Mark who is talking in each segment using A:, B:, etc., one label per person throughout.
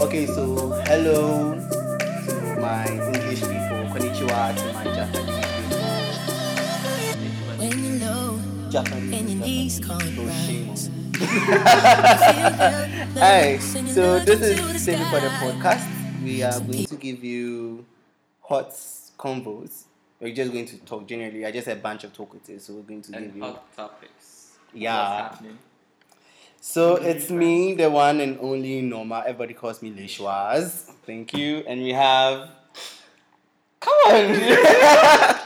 A: Okay, so hello, my English people, konnichiwa to my Japanese people.
B: When you're low and your
A: Japanese,
B: knees
A: Japanese.
B: can't rise.
A: Oshimo.
B: Hey,
A: Hi, so this is Saving for the Podcast. We are going to give you hot convos. We're just going to talk generally. I just had a bunch of talkative, so we're going to give
C: and
A: you.
C: hot topics.
A: Yeah.
C: What's happening?
A: So it's me, the one and only Norma. Everybody calls me Leshwaz. Thank you. And we have. Come on!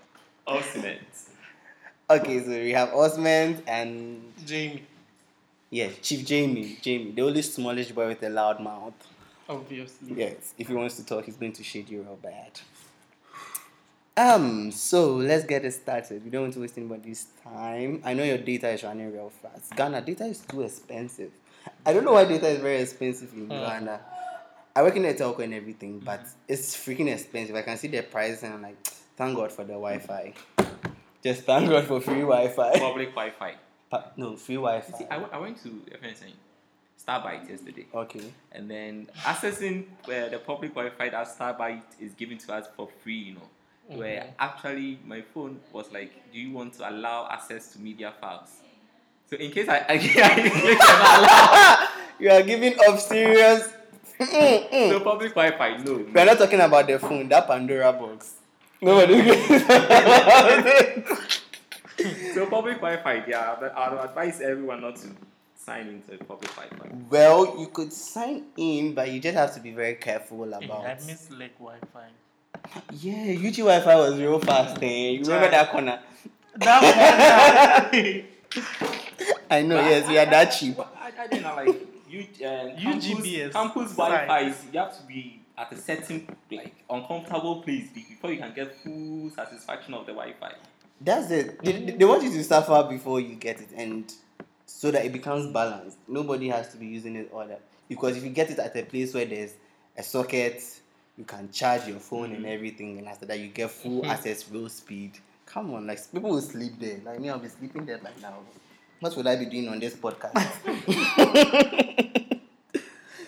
C: Ultimate.
A: okay, so we have Osman and.
D: Jamie,
A: Yeah, Chief Jamie. Jamie, the only smallish boy with a loud mouth.
D: obviously.
A: Yes, if he wants to talk, he's going to shade you real bad. Um, so let's get it started. We don't want to waste anybody's time. I know your data is running real fast. Ghana, data is too expensive. I don't know why data is very expensive in Ghana. I work in a telco and everything, but it's freaking expensive. I can see the price and I'm like, thank God for the Wi Fi. Just thank God for free Wi Fi.
C: Public Wi Fi.
A: No, free Wi
C: See, I,
A: Fi.
C: w- I went to FNSN Starbyte yesterday,
A: Okay.
C: and then accessing uh, the public Wi Fi that Starbyte is giving to us for free, you know. Where actually my phone was like, Do you want to allow access to media files? So, in case I, I, in case I allow
A: You are giving up serious.
C: no public Wi Fi, no.
A: We are
C: no.
A: not talking about the phone, that Pandora box. Nobody cares about it.
C: So, public Wi Fi, yeah, but I would advise everyone not to sign into public Wi Fi.
A: Well, you could sign in, but you just have to be very careful about.
D: Hey, I miss like Wi-Fi.
A: yeah, UG Wi-Fi was real fast. Eh? You remember that corner?
D: That one,
A: I know. Yes, we are that cheap.
C: Well, I, I don't know, like you, uh,
D: UGBs
C: campus, campus
D: sites.
C: Wi-Fi. is- You have to be at a certain like uncomfortable place be- before you can get full satisfaction of the Wi-Fi.
A: That's it. They, they want you to suffer before you get it, and so that it becomes balanced. Nobody has to be using it all that because if you get it at a place where there's a socket, you can charge your phone and everything, and after that you get full access, real speed. Come on, like people will sleep there. Like me, I'll be sleeping there by now. What would I be doing on this podcast?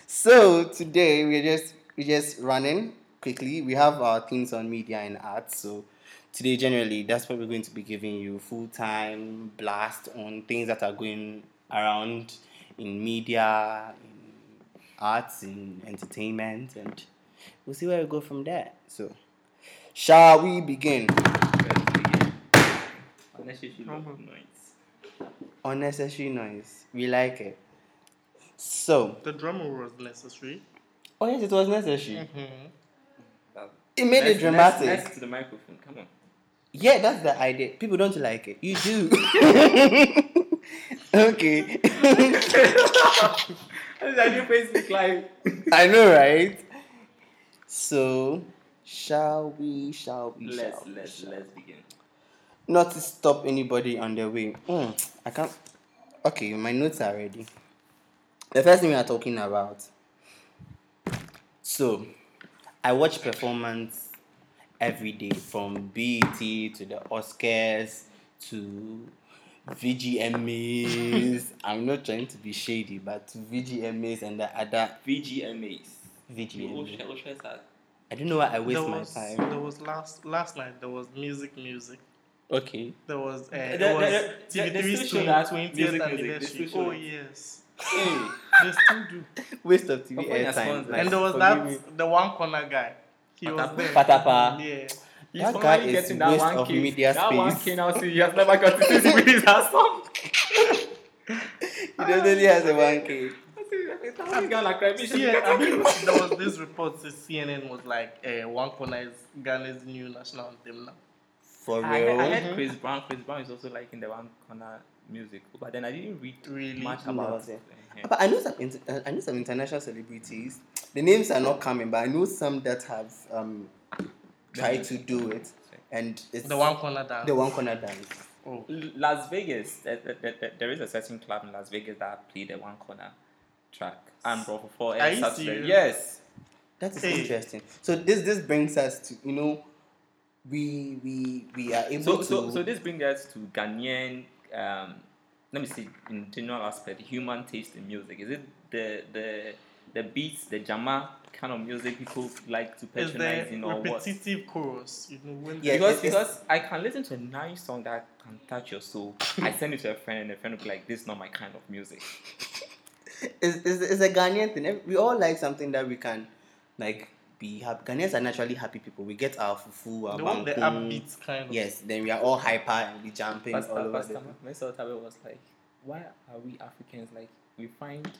A: so today we're just we just running quickly. We have our things on media and arts. So today generally that's what we're going to be giving you full time blast on things that are going around in media, in arts, in entertainment, and we'll see where we go from there. So shall we begin?
C: Unnecessary noise.
A: Unnecessary noise. We like it. So
D: the drama was necessary.
A: oh yes it was necessary.
D: Mm-hmm.
A: It made
C: Let's-
A: it dramatic.
C: Let's, let's to the microphone. Come on.
A: Yeah, that's the idea. People don't like it. You do. okay.
C: This is our new Facebook Live.
A: I know, right? So, shall we? Shall we?
C: Let's
A: shall we,
C: let's
A: shall
C: let's begin.
A: we? Not to stop anybody on the way. Mm, I can't. Okay, my notes are ready. The first thing we are talking about. So, I watch performance every day from BET to the Oscars to VGMAs. I'm not trying to be shady, but to VGMAs and the other
C: VGMAs. We'll
A: VGMAs.
C: share- we'll share that.
A: I don't know why I waste
D: there
A: my
D: was,
A: time.
D: There was last last night. There was music, music.
A: Okay.
D: There was uh, there,
C: The- the-
D: was
C: the- the- they still
D: TV3's
C: show that
D: 20th
C: music, music. They
D: anniversary.
C: still show
D: Oh
C: it.
D: yes,
C: Hey,
D: they still do.
A: Waste of TV
C: Of course, that's
A: airtime.
C: fun,
A: like,
C: Nice.
D: And there was
A: forgive
D: that
A: me.
D: the one corner guy. He was
C: Patapa.
D: there.
A: Patapa.
D: Yeah.
C: he's
A: That guy
C: finally
A: is
C: getting that
A: waste
C: one
A: of
C: K.
A: media
C: That one
A: space.
C: K now, see, he has never got to see his song.
A: He definitely has a one K.
D: Yeah, I mean, there was this report that CNN was like, uh, one corner is Ghana's new national anthem now.
A: For
C: I heard,
A: real.
C: I heard Chris Brown. Chris Brown is also like in the one corner music, but then I didn't read
D: Really?
C: much
A: No,
C: about
A: okay.
C: it.
A: But I know some inter- uh, I know some international celebrities. The names are not coming, but I know some that have um tried to do it, and it's
D: The one corner dance.
A: the one corner dance.
D: Oh.
C: L- Las Vegas, there, there- there- there is a certain club in Las Vegas that play the one corner track. And Bro for four
D: Are
C: and
D: you
C: Saturday.
D: serious?
C: Yes.
A: That is
D: Hey.
A: interesting. So this this brings us to you know, we we we are able
C: So,
A: to.
C: so so this brings us to Ghanaian. Um, let me see in general aspect human taste in music. Is it the the the beats, the jama kind of music people like to
D: Is
C: patronize
D: the
C: in or what?
D: repetitive chorus? You know, when
A: Yeah,
C: because
A: it- it's-
C: because I can listen to a nice song that can touch your soul. I send it to a friend and a friend will be like, "This is not my kind of music."
A: It's, it's, it's a Ghanaian thing. Ev- We all like something that we can, like, be happy. Ghanaians are naturally happy people. We get our fufu, our
D: the one the
A: bangkong.
D: upbeat kind of
A: Yes, then we are all hyper and we jumping all
C: Pastor,
A: over
C: Pastor
A: the-
C: Mr. Otabe was like, why are we Africans like we find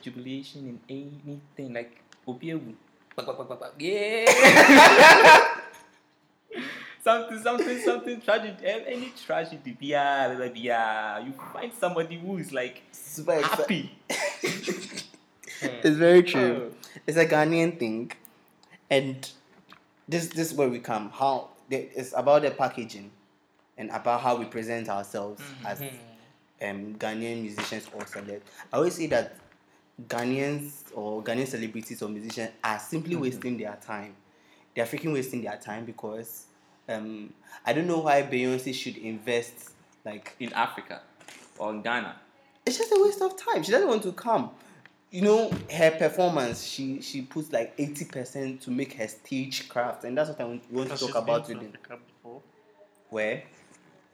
C: jubilation in anything like Obiewu? Bak, bak, bak, bak, bak. Yeah. something, something, something tragic. eh, Any tragedy, yeah, yeah, yeah. You find somebody who is like
A: Super exci-
C: happy.
A: It's very true. It's a Ghanaian thing, and this this is where we come. How the- it's about the packaging, and about how we present ourselves as um, Ghanaian musicians or celebs. I always say that Ghanaians or Ghanaian celebrities or musicians are simply wasting their time. They are freaking wasting their time because um, I don't know why Beyonce should invest like
C: In Africa or in Ghana.
A: it's just a waste of time. She doesn't want to come. You know, her performance, she she puts like eighty percent to make her stage craft, and that's what I want, want to
D: Because
A: talk
D: she's been
A: about
D: to
A: with it.
D: Africa before.
A: Where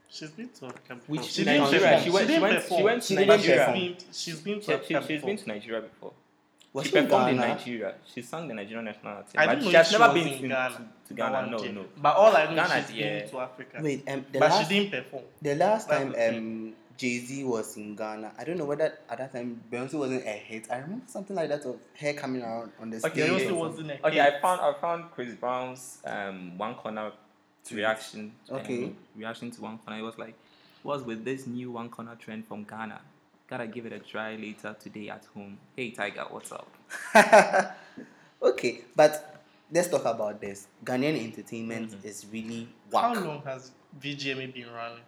D: She's been to Africa before.
C: Which
D: she
A: like,
D: didn't
A: she
D: perform.
A: went- she
C: went-
D: didn't
C: she went-
D: perform.
C: she went to
D: But
A: Nigeria.
D: She's been, she's
C: She,
D: been to
C: she,
D: Africa
C: she's
D: before.
C: been to Nigeria before.
A: was
C: she
A: she in
C: performed in
A: Ghana?
C: Nigeria. She sang the Nigerian national anthem.
D: I
C: but
D: don't know
C: she
D: if
C: has
D: she
C: never
D: was
C: been
D: in
C: to
D: Ghana.
C: to, to Ghana.
D: one
C: No,
D: day.
C: no.
D: But all I know
C: Ghana,
D: she's
C: yeah.
D: been to Africa.
A: Wait, um, the
D: but
A: last
D: she didn't perform.
A: the last
D: That's
A: time
D: the
A: um Jay Z was in Ghana, I don't know whether at that time Beyonce wasn't a hit. I remember something like that of her coming around on the stage. or
D: She
C: Okay, yeah.
D: also
A: something.
D: wasn't a
C: Okay,
D: hit.
C: I found I found Chris Brown's um one corner reaction.
A: Okay.
C: um, reaction to one corner. It was like, what's with this new one corner trend from Ghana? Gotta give it a try later today at home. Hey Tiger, what's up?
A: okay, but let's talk about this. Ghanaian entertainment is really
D: Mm-hmm. How
A: whack.
D: long has VGMA been running?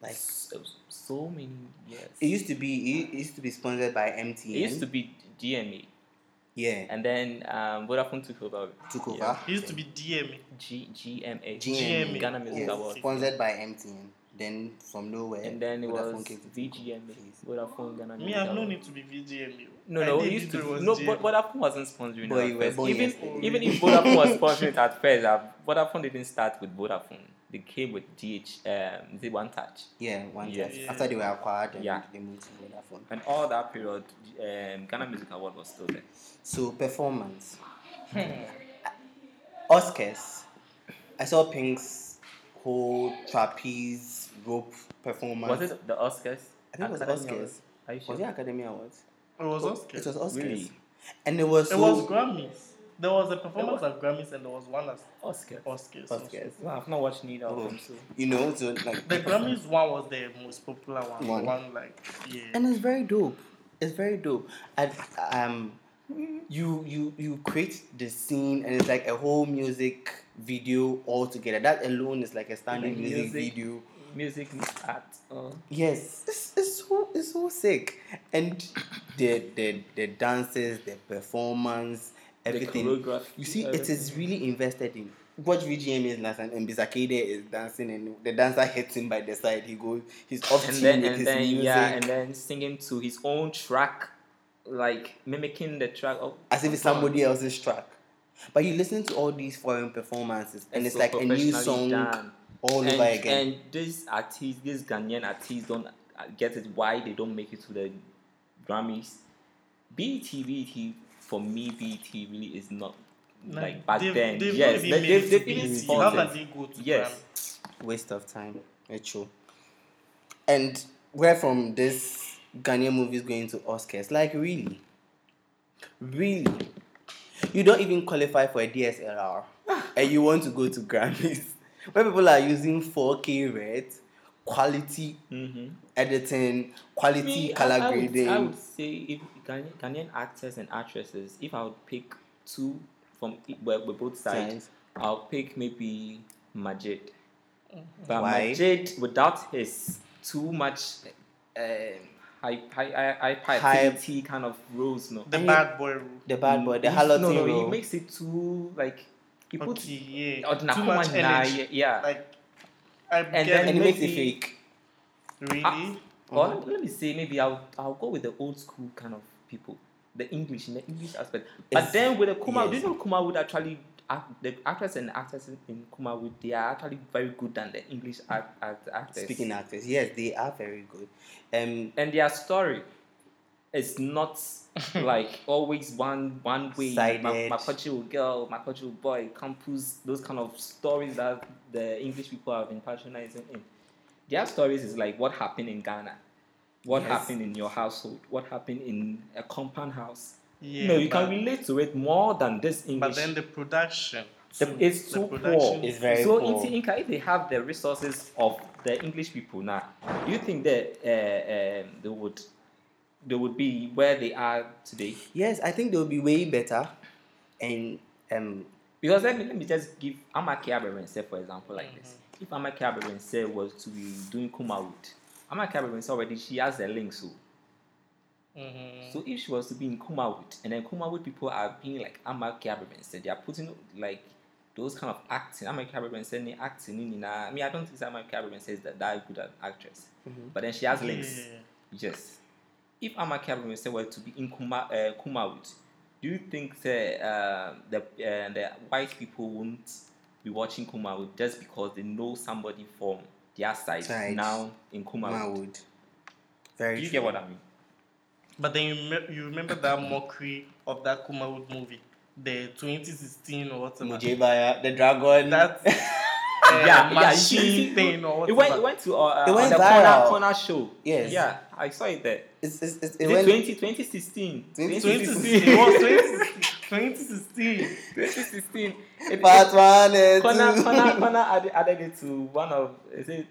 A: Like
C: So, so many years.
A: it used to be, it used to be sponsored by MTN.
C: It used to be DME,
A: yeah.
C: and then um, Vodafone took over.
A: took over.
C: Yeah.
D: It used to be DMA.
C: G- GMA.
A: GMA.
C: Ghana Music
A: Yes,
C: Awards.
A: Sponsored by MTN. Then from nowhere.
C: And then it
A: Vodafone
C: was
A: came to take over.
C: VGMA. Vodafone Ghana
D: Me,
C: Music
D: I've known
C: Awards.
D: it to be VGMA.
C: No,
D: I
C: no,
D: did
C: it used
D: it
C: to
D: was
C: no.
D: GMA.
C: But Vodafone wasn't sponsoring
A: Boy,
C: that
A: you were
C: first.
A: born
C: Even
A: yesterday.
C: even if Vodafone was sponsoring it at first, uh, Vodafone didn't start with Vodafone. They came with DH, um, the One Touch,
A: Yeah, one
C: Yeah.
A: yes. After they were acquired, and
C: Yeah.
A: they moved to Vodafone.
C: and all that period, um, Ghana Music Award was still there.
A: So performance. Oscars. I saw Pink's whole trapeze rope performance.
C: Was it the Oscars?
A: I think it was
C: Academy
A: Oscars.
C: Awards? Are you sure?
A: Was it Academy Awards?
D: It was Oscar.
A: It was Oscars.
C: Really?
A: And it was
D: It
A: so
D: was Grammys. There was a performance at Grammys and there was one at
C: Oscars.
D: Oscars.
A: Oscars.
C: Well, I've not watched neither of
A: Oh.
C: them. So.
A: You know, so like
D: The Grammys one was the most popular one.
A: One.
D: One, one like yeah.
A: and it's very dope. It's very dope. And um, you you you create the scene, and it's like a whole music video all together. That alone is like a standing music,
C: Music.
A: video.
C: Music, art, all.
A: Yes, it's, it's so it's so sick, and the the the dances, the performance, everything.
C: choreography,
A: you see, it is really invested in. Watch VGM is last time, and Bisakade is dancing, and the dancer hits him by the side. He goes, he's off
C: and
A: tune
C: then
A: with
C: and
A: his
C: then
A: music.
C: yeah, and then singing to his own track, like mimicking the track of
A: as if it's somebody else's track. But you listen to all these foreign performances, and
C: It's
A: it's,
C: so
A: like a new song
C: professionally done.
A: all
C: and,
A: over again.
C: And these artists, these Ghanaian artists, don't uh, get it why they don't make it to the Grammys. BET, BET, for me, BET really is not like back
D: they've,
C: then.
D: They've
C: yes,
D: not
C: they-
D: even made
C: they've,
D: it to
C: they've been
D: BET.
C: spotted.
D: How can they go to
C: Yes,
A: Waste of time, it's true. And where from this Ghanaian movies going to Oscars? Like really, really, you don't even qualify for a DSLR,
C: Ah.
A: and you want to go to Grammys, where people are using 4K red quality
C: mm-hmm.
A: editing, quality
C: Me, I-
A: color
C: I, would-
A: grading.
C: I would say if Ghanaian, Ghanaian actors and actresses, if I would pick two from e- well, well, both sides,
A: Sides.
C: I'll pick maybe Majid. But
A: Mm-hmm. Why?
C: Majid, without his too much um, high, high, high, high
A: Hype.
C: activity kind of roles, no.
D: The
A: And
D: bad boy rule.
A: the bad boy, the
C: He's-
A: Halotin
C: no, no,
A: role.
C: he makes it too like he puts
D: Okay, yeah.
C: Odina
D: Too much
C: Kumana,
D: energy.
C: yeah.
D: Like I
C: And
D: get
C: then-
D: it.
A: and it makes it
C: maybe-
A: fake.
D: really.
C: Ah, Or let me say maybe I'll I'll go with the old school kind of people. the English in the English aspect. But then with the Kuma, do you
A: yes.
C: know Kuma would actually act, the actors and actors in Kuma would they are actually very good than the English act, act, actors.
A: Speaking actors, yes, they are very good. Um,
C: and their story is not like always one one way.
A: Sided.
C: My, my country will girl, my country will boy, campus, those kind of stories that the English people have been patronizing in. Their stories is like what happened in Ghana, what
A: Yes.
C: happened in your household, what happened in a compound house.
D: Yeah,
C: no, you
D: but,
C: can relate to it more than this
D: But
C: English.
D: then the production.
C: The-
D: too.
C: it's
D: The
C: too poor.
D: production
A: It's very
C: so
A: poor.
C: in Inca, if they have the resources of the English people now, do you think that uh, um, they would they would be where they are today?
A: yes, I think they'll be way better. And um,
C: Because let me let me just give Amake Aberense for example like this.
A: Mm-hmm.
C: If Amake Aberense was to be doing Kumawood, Amake Aberense already she has the link so.
D: Mhm.
C: So if she was to be in Kumawood, and then Kumawood people are being like Amake Aberense, they are putting like those kind of acting. Amake Aberense ni acting ni na. I mean I don't think Amake Aberense is that, that good an actress, but then she has links.
D: Yeah.
C: Yes. If Amake Aberense were to be in Kuma, uh, Kumawood, do you think the, uh, the, uh, the white people won't be watching Kumawood just because they know somebody from their side
A: Side.
C: now in
A: I
C: Kumawood?
A: would. Very
C: Do you
A: true.
C: get what I mean?
D: But then you, me- you remember that mockery of that Kumawood movie, the 2016 or whatever.
A: Mujibaya, the dragon.
D: That uh,
C: yeah, yeah, you see-
D: machine
C: you see-
D: thing or
C: It
D: whatever.
C: went, it went to uh,
A: It
C: uh,
A: went
C: on the
A: viral.
C: corner corner show.
A: Yes.
C: Yeah, I saw it there.
A: it's, it's, it's, it
C: Is
A: went,
C: it 20, 2016?
A: 2016.
D: 2016. It was 2016.
C: 2016. It,
A: part
C: it,
A: one and
C: corner,
A: two.
C: corner, corner added, added it to one of, is it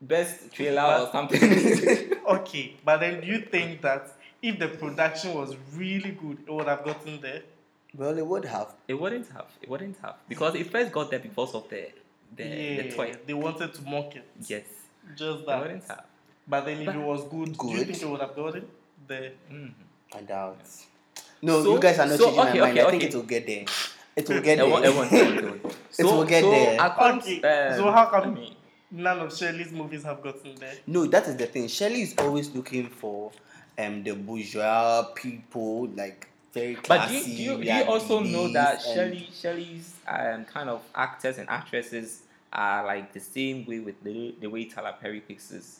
C: best trailer or something?
D: Okay, but then do you think that if the production was really good, it would have gotten there?
A: Well, it would have.
C: It wouldn't have. It wouldn't have because it first got there because of the the,
D: yeah,
C: the toy.
D: they wanted to mock it.
C: Yes,
D: Just
C: it
D: that.
C: wouldn't have.
D: But then if
C: But-
D: it was good, do you
A: Good.
D: think it would have gotten there?
C: Mm.
A: I doubt. No,
C: So-
A: you guys are not
C: so,
A: changing
C: okay,
A: my mind.
C: okay,
A: I think
C: okay.
A: it will get there. It will get
C: It
A: there.
C: won't. It won't. It won't. So,
A: will get
C: so
A: there.
C: according-
D: Okay,
C: um,
D: so how come-
C: let me-
D: None of Shirley's movies have gotten there.
A: No, that is the thing. Shelley is always looking for um the bourgeois people, like very
C: But do
A: classy.
C: you, do you, do
A: they
C: you
A: are
C: also know
A: elite
C: that
A: and-
C: Shelley Shelley's um, kind of actors and actresses are like the same way with the the way Tyler Perry picks is.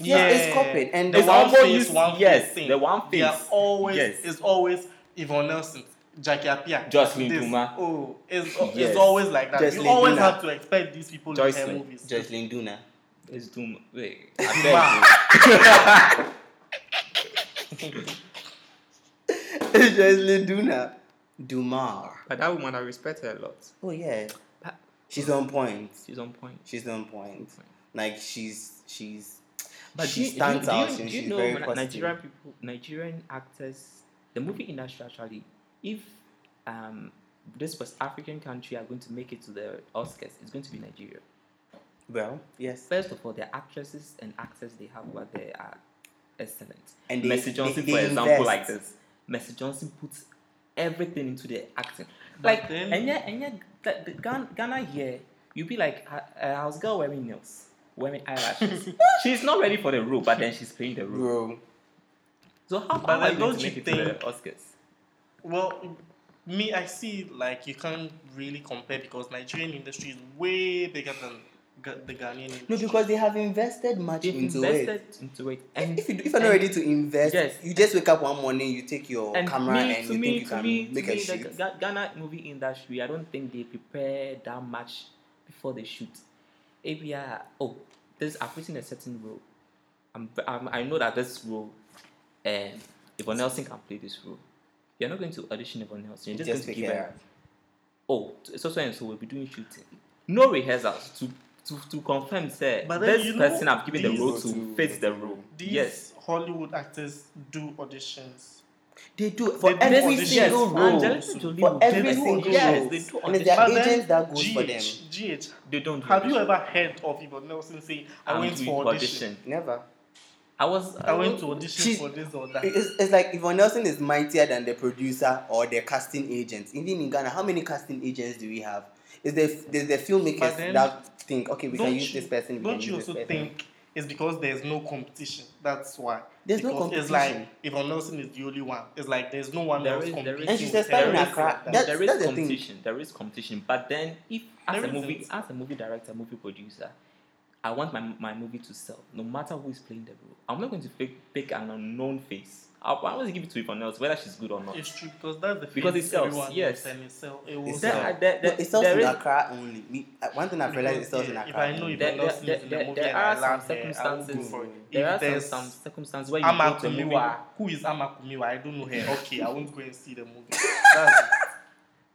A: Yeah,
D: Yeah.
A: it's copied, and the
D: The
C: It's
D: one
C: almost
D: face,
C: used-
D: one
C: yes,
D: face thing.
C: the one
D: They are
C: face.
D: always,
C: Yes.
D: it's always Yvonne Nelson, Jackie Appiah.
C: Jocelyn
D: this.
C: Duma.
D: Oh, it's, al-
C: Yes.
D: it's always like that.
A: Jocelyn
D: you always
A: Duma.
D: have to expect these people in
C: Jocelyn.
D: their movies.
A: Jocelyn Duna.
C: It's Doom. Wait,
D: Duma.
C: I
A: Jocelyn Duna. Dumar.
C: but that woman, I respect her a lot.
A: Oh yeah,
C: But-
A: she's on point.
C: She's on point.
A: She's on point. Like she's she's.
C: But
A: she
C: do, you-
A: stands
C: do, you-
A: out
C: Do you,
A: and
C: do you
A: she's
C: know
A: very
C: Ni-
A: positive.
C: Nigerian people, Nigerian actors, the movie industry actually, if um, this was African country are going to make it to the Oscars, it's going to be Nigeria.
A: Well, yes.
C: First of all, the actresses and actors they have over there are excellent.
A: And they-
C: Mercy Johnson,
A: they-
C: for
A: they
C: example,
A: invest.
C: like this. Mercy Johnson puts everything into the acting.
D: But
C: Like,
D: then-
C: and yeah, and yeah, the, the Ghana, Ghana here, you be like, uh, uh, how's girl wearing nails? Wearing eyelashes. she's not ready for the role, but then she's playing the role.
A: Bro,
C: So how
D: But
C: how are
D: then
C: you going
D: don't
C: to
D: you
C: make it to the
D: think-
C: Oscars?
D: Well, me, I see like you can't really compare because Nigerian industry is way bigger than Ga- the Ghanaian industry.
A: no, because they have invested much
C: They've
A: into
C: invested
A: it.
C: into it, and
A: And if you if you're not ready to invest,
C: Yes.
A: you just wake up one morning, you take your
C: and
A: camera,
C: me,
A: and
C: to
A: you
C: me,
A: think you
C: to
A: can
C: me,
A: make
C: to
A: a
C: me,
A: shit.
C: the Ga- Ghana movie industry, I don't think they prepare that much before they shoot. If you are, oh, this I'm putting a certain role. I'm, I'm, I know that this role, um, Yvonne Nelson can play this role. You're not going to audition Yvonne Nelson. You're just,
A: just
C: going to
A: pick
C: give
A: it
C: her
A: up.
C: oh, so so and so will be doing shooting. No rehearsals to to, to confirm say
D: But then
C: this
D: you know
C: person I'm giving the
D: these-
C: role to fits the role.
D: These
C: yes.
D: Hollywood actors do auditions.
A: They do for
D: They do
A: every
D: auditions.
A: single
D: Yes,
A: role.
D: Angelina
C: Jolie
A: For
C: will do
A: every
C: that.
A: single
C: Yes,
A: role.
C: they do
A: And it's their
D: But then
A: agents that goes for them.
D: GH, GH,
C: They don't do
D: have you
C: audition.
D: ever heard of Yvonne Nelson saying, I
C: I'm
D: went
C: doing
D: for audition.
A: Never.
C: I was
D: I went to audition
A: She's-
D: for this or that.
A: It's, it's like Yvonne Nelson is mightier than the producer or the casting agents. Even in Ghana, how many casting agents do we have? Is the there's the filmmakers
D: But then,
A: that think okay we
D: Don't
A: can use
D: you-
A: this person? We
D: Don't
A: can
D: you
A: use this
D: also
A: person.
D: think It's because there's no competition. That's why.
A: There's no
D: Because It's
A: competition.
D: like Yvonne Nelson is the only one. It's like there's no one
C: There
D: else
C: is- there is-
D: competing.
A: And she's
D: with her.
A: aspiring
D: There is
A: Accra.
D: like that.
A: That's-
C: there is
A: the thing.
C: competition. There is competition. But then, if as
D: There
C: a movie,
D: isn't.
C: as a movie director, movie producer, I want my, my movie to sell, no matter who is playing the role. I'm not going to pick, pick an unknown face. I, I want to give it to someone else, whether she's good or not.
D: It's true because that's the
C: Because
D: face
C: it sells,
D: everyone
C: yes.
D: knows and it sell- it
A: It
D: will
C: Is
A: sells.
D: sell.
C: there- there-
A: No,
C: there-
A: it sells
C: there
A: in
C: is-
A: Accra only. Me, uh, one thing I've realized, it sells in
D: Because, yeah,
A: Accra.
D: If I know
A: only.
D: Yvonne
C: There- there-
D: Nelson is in
C: there-
D: the movie
C: there
D: and I
C: are some
D: love her, I will go
C: circumstances.
D: for it.
C: There
D: If
C: are some,
D: there's
C: some circumstances where you
D: Ama
C: go to a movie.
D: Kumiwa. Who is Ama Kumiwa? I don't know her. Okay, I won't go and see the movie. That's it.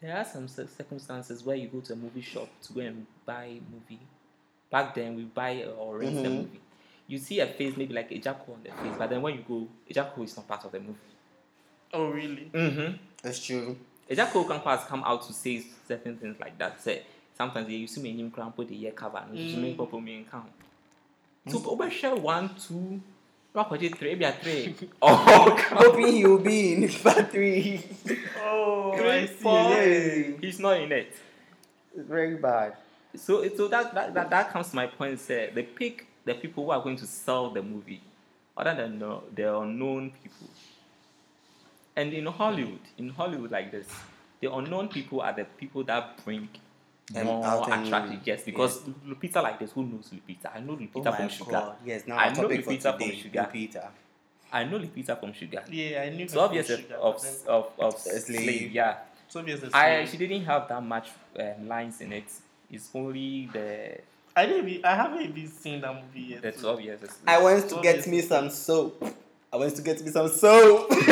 C: There are some cir- circumstances where you go to a movie shop to go and buy movie. Back then, we buy uh, or rent the
A: Mhm.
C: movie. You see a face maybe like a jackal on the face, but then when you go, a jackal is not part of the movie.
D: Oh really?
C: Mm-hmm.
A: It's true.
C: Ejako Okankwa has come out to say certain things like that. Say sometimes you see me in Krampo the year cover, and you see me purple me in count. So over share one, two, probably three, maybe a three. Oh, come.
A: Hoping he'll be in part three.
D: Oh,
C: Three,
D: I see.
C: four.
D: Yeah.
C: He's not in it.
A: It's very bad.
C: So so that that, that, that comes to my point. Say they pick the people who are going to sell the movie, other than the, the unknown people. And in Hollywood, in Hollywood like this, the unknown people are the people that bring
A: Them
C: more
A: out and-
C: attractive. Yes, because Lupita like this. Who knows Lupita? I know Lupita
A: oh
C: from
A: my
C: Sugar.
A: God. Yes, now
C: I
A: our
C: know
A: topic for
C: Lupita from
A: today,
C: Sugar.
A: Lupita.
C: I know Lupita from Sugar.
D: Yeah, I knew. her
C: Twelve
D: from
C: years of
D: Sugar,
C: of,
D: but then-
C: of, of slave.
A: Slave.
C: Yeah,
D: Twelve years. a
C: I
D: slave.
C: she didn't have that much um, lines in it. It's only the
D: I didn't. Even, I haven't even seen that movie yet.
C: the
D: so-
C: twelve years. of slave.
A: I went to
D: So
A: get
D: this-
A: me some soap. I went to get me some soap.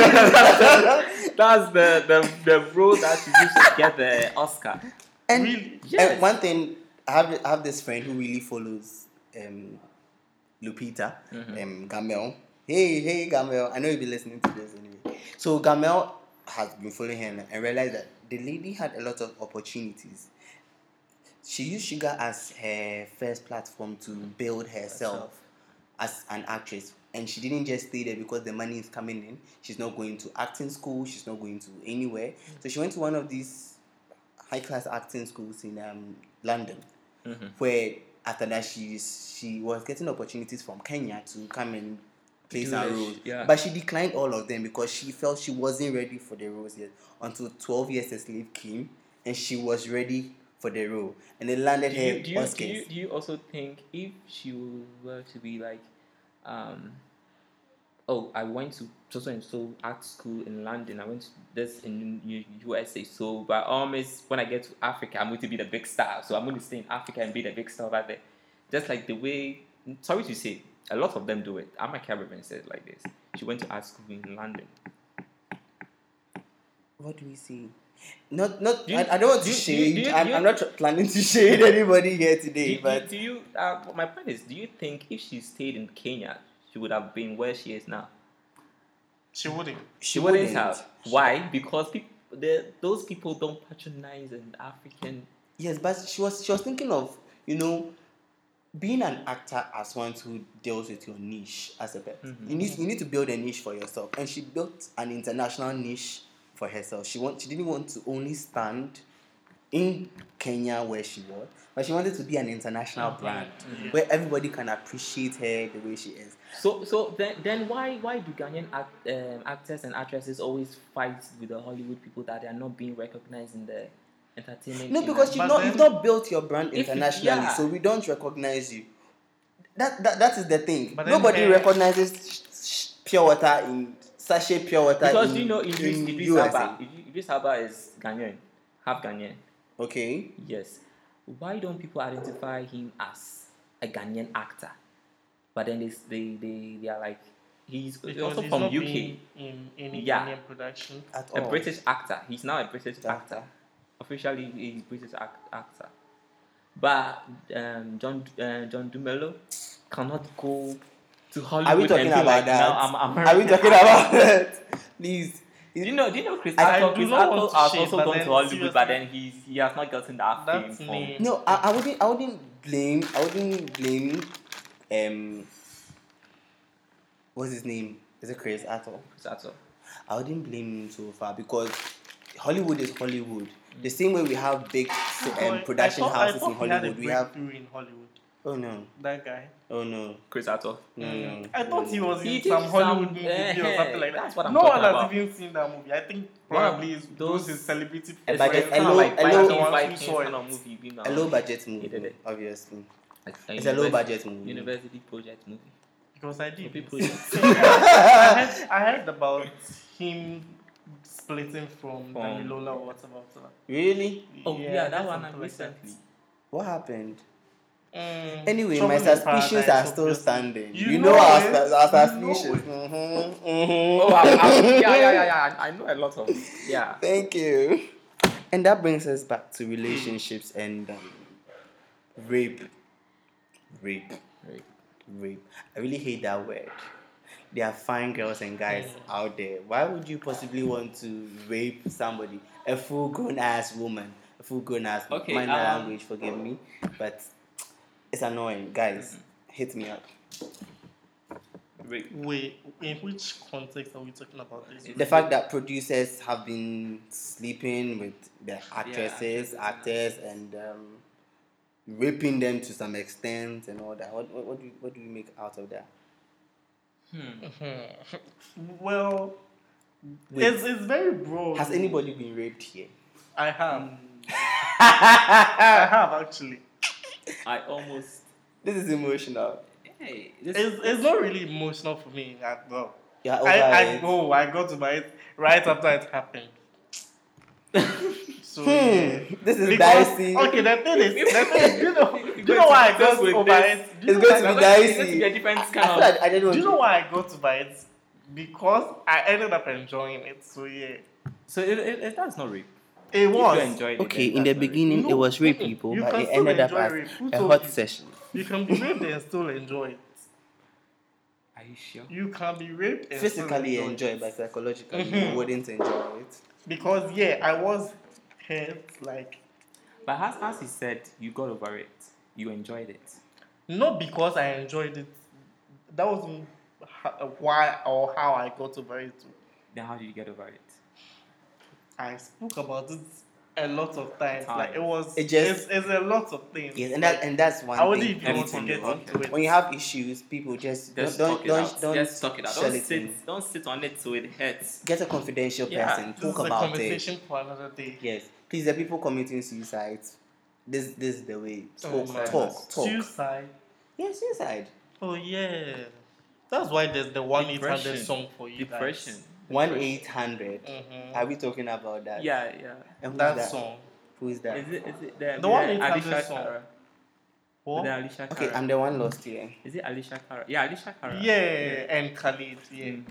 C: That's the, the, the role that you used to get the Oscar.
A: and,
D: Really?
A: and
C: Yes.
A: Eh, one thing, I have, I have this friend who really follows um, Lupita, um, Gamel. Hey, hey, Gamel. I know you'll be listening to this anyway. So, Gamel has been following her and realized that the lady had a lot of opportunities. She used Sugar as her first platform to build herself
C: Herself.
A: as an actress. And she didn't just stay there because the money is coming in. She's not going to acting school. She's not going to anywhere.
C: Mm.
A: So she went to one of these high class acting schools in um, London,
C: Mm-hmm.
A: where after that she she was getting opportunities from Kenya to come and play
C: Do
A: some
C: the-
A: roles.
C: yeah.
A: But she declined all of them because she felt she wasn't ready for the roles yet. Until Twelve Years a Slave came, and she was ready for the role, and it landed
C: Do
A: her
C: you, do, you, do,
A: Oscars.
C: you, do you also think if she were to be like, um, oh, I went to so so and so art school in London, I went to this in U- USA, so by all means, when I get to Africa, I'm going to be the big star. So I'm going to stay in Africa and be the big star over there. Just like the way, sorry to say, a lot of them do it. Amma Caravan said like this. She went to art school in London.
A: What do we see? Not, not.
C: Do you-
A: I, I don't want
C: do
A: to
C: you- do you-
A: shade.
C: do you-
A: I'm,
C: do
A: I'm
C: you-
A: not tr- planning to shade anybody here
C: Do
A: today,
C: you,
A: but
C: do you uh, my point is, do you think if she stayed in Kenya, she would have been where she is now?
D: She wouldn't.
A: she
C: Why? Because people, those people don't patronize an African.
A: Yes, but she was she was thinking of you know being an actor as one who deals with your niche as a person. You need you need to build a niche for yourself, and she built an international niche for herself. She want she didn't want to only stand in Kenya where she was, but she wanted to be an international brand
C: Mm-hmm.
A: where everybody can appreciate her the way she is.
C: So, so then, then why, why do Ghanaian act, um, actors and actresses always fight with the Hollywood people that they are not being recognized in the entertainment?
A: No,
C: industry?
A: because you've
D: But
A: not
D: then-
A: you've not built your brand
C: If-
A: internationally,
C: yeah.
A: so we don't recognize you. That that, that is the thing.
D: But then
A: Nobody
D: her-
A: recognizes sh- sh- pure water in sachet pure water.
C: because
A: in,
C: you know Idris,
A: in
C: Idris
A: USA.
C: Elba, Idris- Idris Elba is Ghanaian, half Ghanaian.
A: Okay,
C: Yes. Why don't people identify him as a Ghanaian actor? But then they they they, they are like he's also
D: he's
C: from
D: not
C: UK.
D: being Oh. in any
C: Yeah.
D: Indian production.
A: at
C: a
A: all.
C: British actor. He's now a British
A: Yeah.
C: actor. Officially, he's British act- actor. But um, John uh, John Dumelo cannot go to Hollywood.
A: Are we
C: and
A: talking
C: be
A: about
C: like,
A: that?
C: Now I'm
A: Are we
C: American."
A: talking about that? Please.
C: Do you know? Do you know Chris
D: I- I
C: Ackle?
D: do
C: Chris
D: not
C: Ackle
D: want to
C: has
D: shade,
C: also
D: but
C: gone to
D: then
C: Hollywood, but
D: seriously-
C: then he's he has not gotten that fame.
D: That's
C: from-
D: me.
A: No, I, I wouldn't. I wouldn't blame. I wouldn't blame. Um, what's his name? Is it Chris at all?
C: Chris Ackle.
A: I wouldn't blame him so far because Hollywood is Hollywood. The same way we have big
D: Boy,
A: um, production
D: Oh, I thought, I
A: houses
D: thought
A: in
D: he had a
A: Hollywood, we have
D: breakthrough in Hollywood.
A: Oh no.
D: That guy.
A: Oh no.
C: Chris Ato.
A: No, no.
D: I thought he was in
C: Mm. He did
D: some
C: some-
D: Hollywood movie or
C: eh,
D: something like that.
C: that's what I'm
D: no one
C: talking
D: has
C: about.
D: even seen that movie. I think
C: One of
D: probably it's
C: those- Eh,
D: those his celebrity
A: But budget-
D: friends
A: a
D: are
A: low-
D: like
A: a
D: buying
A: low-
D: the ones who
C: Vikings
D: saw
C: kind
D: it.
C: of movie being
A: A
C: now.
A: low budget
C: He did
A: movie,
C: it.
A: obviously.
C: Like,
A: It's a low budget movie.
C: University project movie.
D: Because I did.
C: People-
D: I, heard, I heard about him splitting from
C: From-
D: Damilola or whatever. whatever.
A: Really?
C: Oh yeah, that one I
D: something like that.
C: recently.
A: What happened?
D: Mm,
A: Anyway,
D: Trouble
A: my
D: in
A: suspicions are
D: Paradise,
A: still
D: obviously.
A: standing.
D: You
A: You, know,
D: know
A: our,
D: it.
A: sus- our
D: You know
A: suspicions.
D: it.
A: Mm-hmm.
C: Oh,
A: Mm-hmm.
C: I, I, yeah, yeah, yeah, yeah. I I know a lot of. Yeah.
A: Thank you. And that brings us back to relationships and um, rape. Rape.
C: Rape.
A: Rape. I really hate that word. There are fine girls and guys out there. Why would you possibly want to rape somebody? A full grown ass woman. A full grown ass
C: Okay,
A: Mind my
C: um,
A: language, forgive me. But it's annoying. Guys, hit me up.
C: Rape.
D: Wait, in which context are we talking about this?
A: The fact that producers have been sleeping with their actresses,
C: actresses and
A: actors, and um, raping them to some extent and all that. What, what, what, do, you, what do you make out of that?
D: Well,
A: Wait.
D: it's, it's very broad.
A: Has Hmm. anybody been raped here?
D: I have. I have actually.
C: I almost.
A: This is emotional.
C: Hey, this
D: It's, it's not really emotional for me at all.
A: Yeah, over
D: I, I
A: it.
D: oh I got to my it right after it happened. so yeah.
A: Hmm, This is
D: Because-
A: dicey.
D: Okay, the thing is, the thing is, do you know,
C: If you
D: do you
C: go
D: know
C: to
D: why I
C: dance
D: got
C: with
D: over
C: this,
D: it?
A: It's
D: Do you
A: going
D: know
A: to
D: why-
A: be
C: It's going to be a
A: dicey.
C: different
A: I, feel
C: kind of.
A: like I didn't
D: Do
A: want
D: you
A: to-
D: know why I got over it? Because I ended up enjoying it. So yeah,
C: So it, it, it, that's not rape.
D: it
C: If you
D: was.
C: enjoyed it,
A: Okay,
C: then
A: in the
C: that's not rape.
A: beginning
D: No,
A: it was rape
D: mm-mm.
A: people,
D: You
A: but
D: can
A: it
D: still
A: ended up
D: enjoy
A: as
D: rape. Who
A: a
D: told
A: hot
D: you?
A: session.
D: You can be raped and still enjoy it.
C: Are you sure?
D: You can be raped and
A: Physically you
D: still
A: enjoy,
D: enjoy
A: it, but psychologically
D: Mhm.
A: you wouldn't enjoy it.
D: Because yeah, I was hurt. Like
C: But as, as he said, you got over it. You enjoyed it.
D: not because I enjoyed it. That wasn't ho- why or how I got over it.
C: Then how did you get over it?
D: I spoke about it a lot of times.
C: Time.
D: Like it was,
A: It just-
D: it's, it's a lot of things.
A: Yes, and that and that's one
D: I wouldn't
A: thing.
D: even want to
C: Everything
D: get
C: you want.
D: into it.
A: When you have issues, people just don't
C: Just
A: don't
C: talk it
A: don't,
C: out.
A: don't
C: Just talk it out.
A: shut
C: Don't
A: it in.
C: sit. Don't sit on it so it hurts.
A: Get a confidential
C: Yeah,
A: person.
D: this
A: Talk
D: is a
A: about it.
D: conversation for another day.
A: Yes, please. The people committing suicide. This this is the way.
D: Oh
A: Talk
D: my
A: talk
D: goodness.
A: talk.
D: Suicide.
A: yes, suicide.
D: Oh yeah, that's why there's the one eight hundred
C: Depression.
D: song for you
C: Depression.
A: One eight hundred.
D: guys. Mhm.
A: Are we talking about that?
C: Mm-hmm. Yeah, yeah.
A: And who's
D: That,
A: Mm-hmm. that,
D: song.
A: Who is that?
C: Is it is it the,
D: The one
C: with
D: in Tanzania
C: Alicia
D: song.
C: Cara?
D: What?
C: The
D: Yeah,
C: Alicia
A: Okay,
C: Cara.
A: I'm the one lost here.
C: Is it Alicia Cara? Yeah, Alicia Cara.
D: and Khalid. Yeah,
C: Mhm.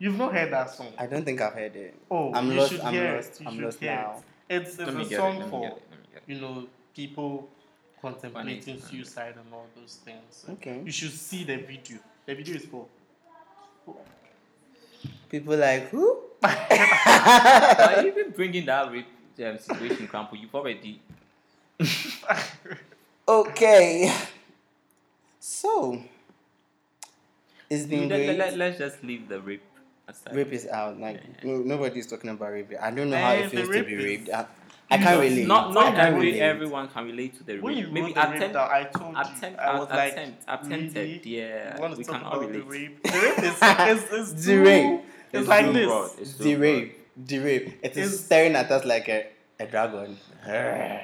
D: you've not heard that song.
A: I don't think I've heard it.
D: Oh,
A: I'm
D: you
A: lost.
D: should
A: I'm
D: hear
A: lost.
D: it. You
A: I'm
D: should
A: lost
D: hear
A: now.
D: it. It's, it's
C: Let me
D: a
C: get it. Let
D: song
C: me
D: for
C: get it. Let me get it.
D: you know people contemplating
C: Funny.
D: suicide and all those things.
A: Okay.
D: You should see the video. The video is for
A: People like who?
C: But even bringing that rape um, situation, Crampo, you've already
A: Okay. So it's been
C: let,
A: great.
C: let, let, let's just leave the rape aside.
A: rape is out. Like no, nobody's talking about rape. I don't know how
D: Eh,
A: it feels
D: the
A: to
D: rape
A: be
D: is-
A: raped. I, I
D: Not-
A: can't relate.
C: Not
A: I
C: not
A: can't
C: every,
A: relate.
C: everyone can relate to the rape.
D: when you
C: Maybe
D: wrote the rape
C: attempt-
D: that I told you.
C: attempt,
D: I was like,
C: attempt, attempted.
D: really?
C: yeah,
D: You want to
C: we
D: talk
C: can all
D: about the
C: relate.
D: rape? The rape is it's, it's
A: The
D: too-
A: rape.
D: It's,
C: It's
D: like
C: too
D: this.
C: broad. It's too
A: The rape, the rape. It is
D: It's-
A: staring at us like a, a dragon. Arrgh.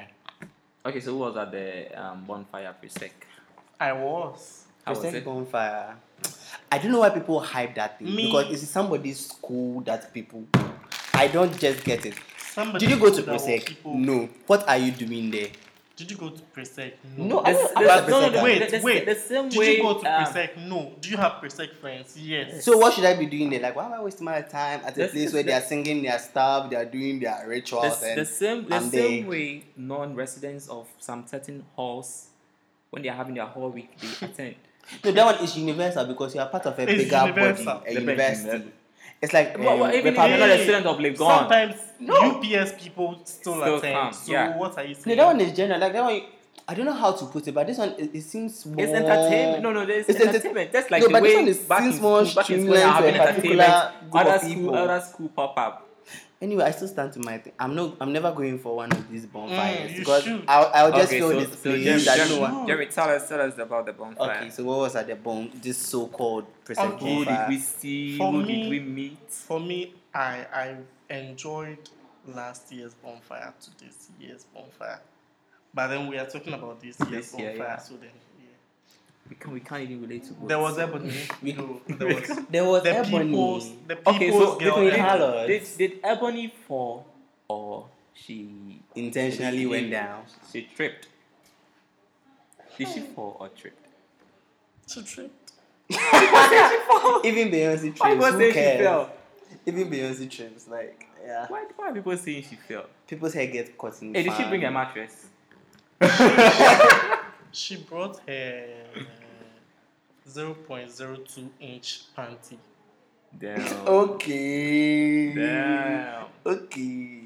C: Okay, so who was at the um, bonfire presec?
D: I was.
C: How was
A: Percent
C: it?
A: bonfire. I don't know why people hype that thing
D: Me-
A: because it's somebody's school that people. I don't just get it.
D: Somebody
A: Did you go to
D: said that was
A: Prosec?
D: people-
A: No. What are you doing there?
D: Did you go to Presec?
A: No, I don't. I'm
C: This-
A: not
C: this- no, no,
A: Prosec.
C: no,
D: Wait,
C: the- the-
D: wait.
C: The same
D: Did
C: way.
D: you go to
C: um,
D: Presec? No. Do you have Presec friends? Yes.
A: So what should I be doing there? Like, why am I wasting my time at a
C: This-
A: place where they are singing their stuff, they are doing their
C: the,
A: rituals, and
C: the same, the
A: I'm
C: same
A: there.
C: way non-residents of some certain halls, when they are having their hall week, they attend.
A: no, that one is universal because you are part of a
D: It's
A: bigger
D: universal.
A: body, a
C: The
A: university.
C: best.
A: It's like um,
C: But- but even
A: Republic-
C: if you're not a student of Legon,
D: Sometimes
A: No.
D: UPS people still,
C: Still
D: attend.
C: come,
D: So
C: yeah.
D: what are you saying?
A: No, that one is general. Like that one, I don't know how to put it, but this one it, it seems more.
C: It's entertainment. No, no, there's
A: It's enter-
C: entertainment. That's like
A: No,
C: the
A: but this
C: way
A: one is
C: back in
A: since more
C: school, back in
A: streamlined
C: school, they're
A: to a
C: having
A: particular
C: entertainment.
A: group of
C: Other school,
A: people.
C: other school pop up.
A: Anyway, I still stand to my thing. I'm not. I'm never going for one of these bonfires
D: Mm, you
A: because
D: should.
A: I'll, I'll just feel
C: so, so
A: displeased. that
C: Jerry, Jerry,
A: no one.
C: Jerry, tell us, tell us about the bonfire.
A: Okay, so what was at the bomb? This so-called present
D: Okay.
C: Who did
A: bonfire.
C: we see?
D: For
C: Who
D: me-
C: did we meet?
D: For me, I I enjoyed last year's bonfire to this year's bonfire, but then we are talking about this year's
C: This
D: bonfire.
C: year, yeah.
D: So then, yeah.
C: We, can, we can't even relate to both.
D: there was ebony.
A: We-
D: no, there was
A: There was
D: the
A: ebony.
D: people's the people's
C: okay, so
D: girl.
A: between
D: Ebony.
A: Halo-
C: did, did, did Ebony fall or she
A: Intentionally went
C: she-
A: down.
C: She tripped. Did she fall or tripped?
D: She tripped.
A: Even Beyonce
C: Why
A: trims.
C: was
A: Who
C: saying she
A: cares?
C: fell?
A: Even Beyonce trims. Like, yeah.
C: Why, why are people saying she fell?
A: People's hair gets caught in.
C: Hey, did she
A: fan.
C: bring a mattress?
D: She brought her uh, zero point zero two inch panty.
C: Damn.
A: Oh, Okay.
C: Damn.
A: Okay.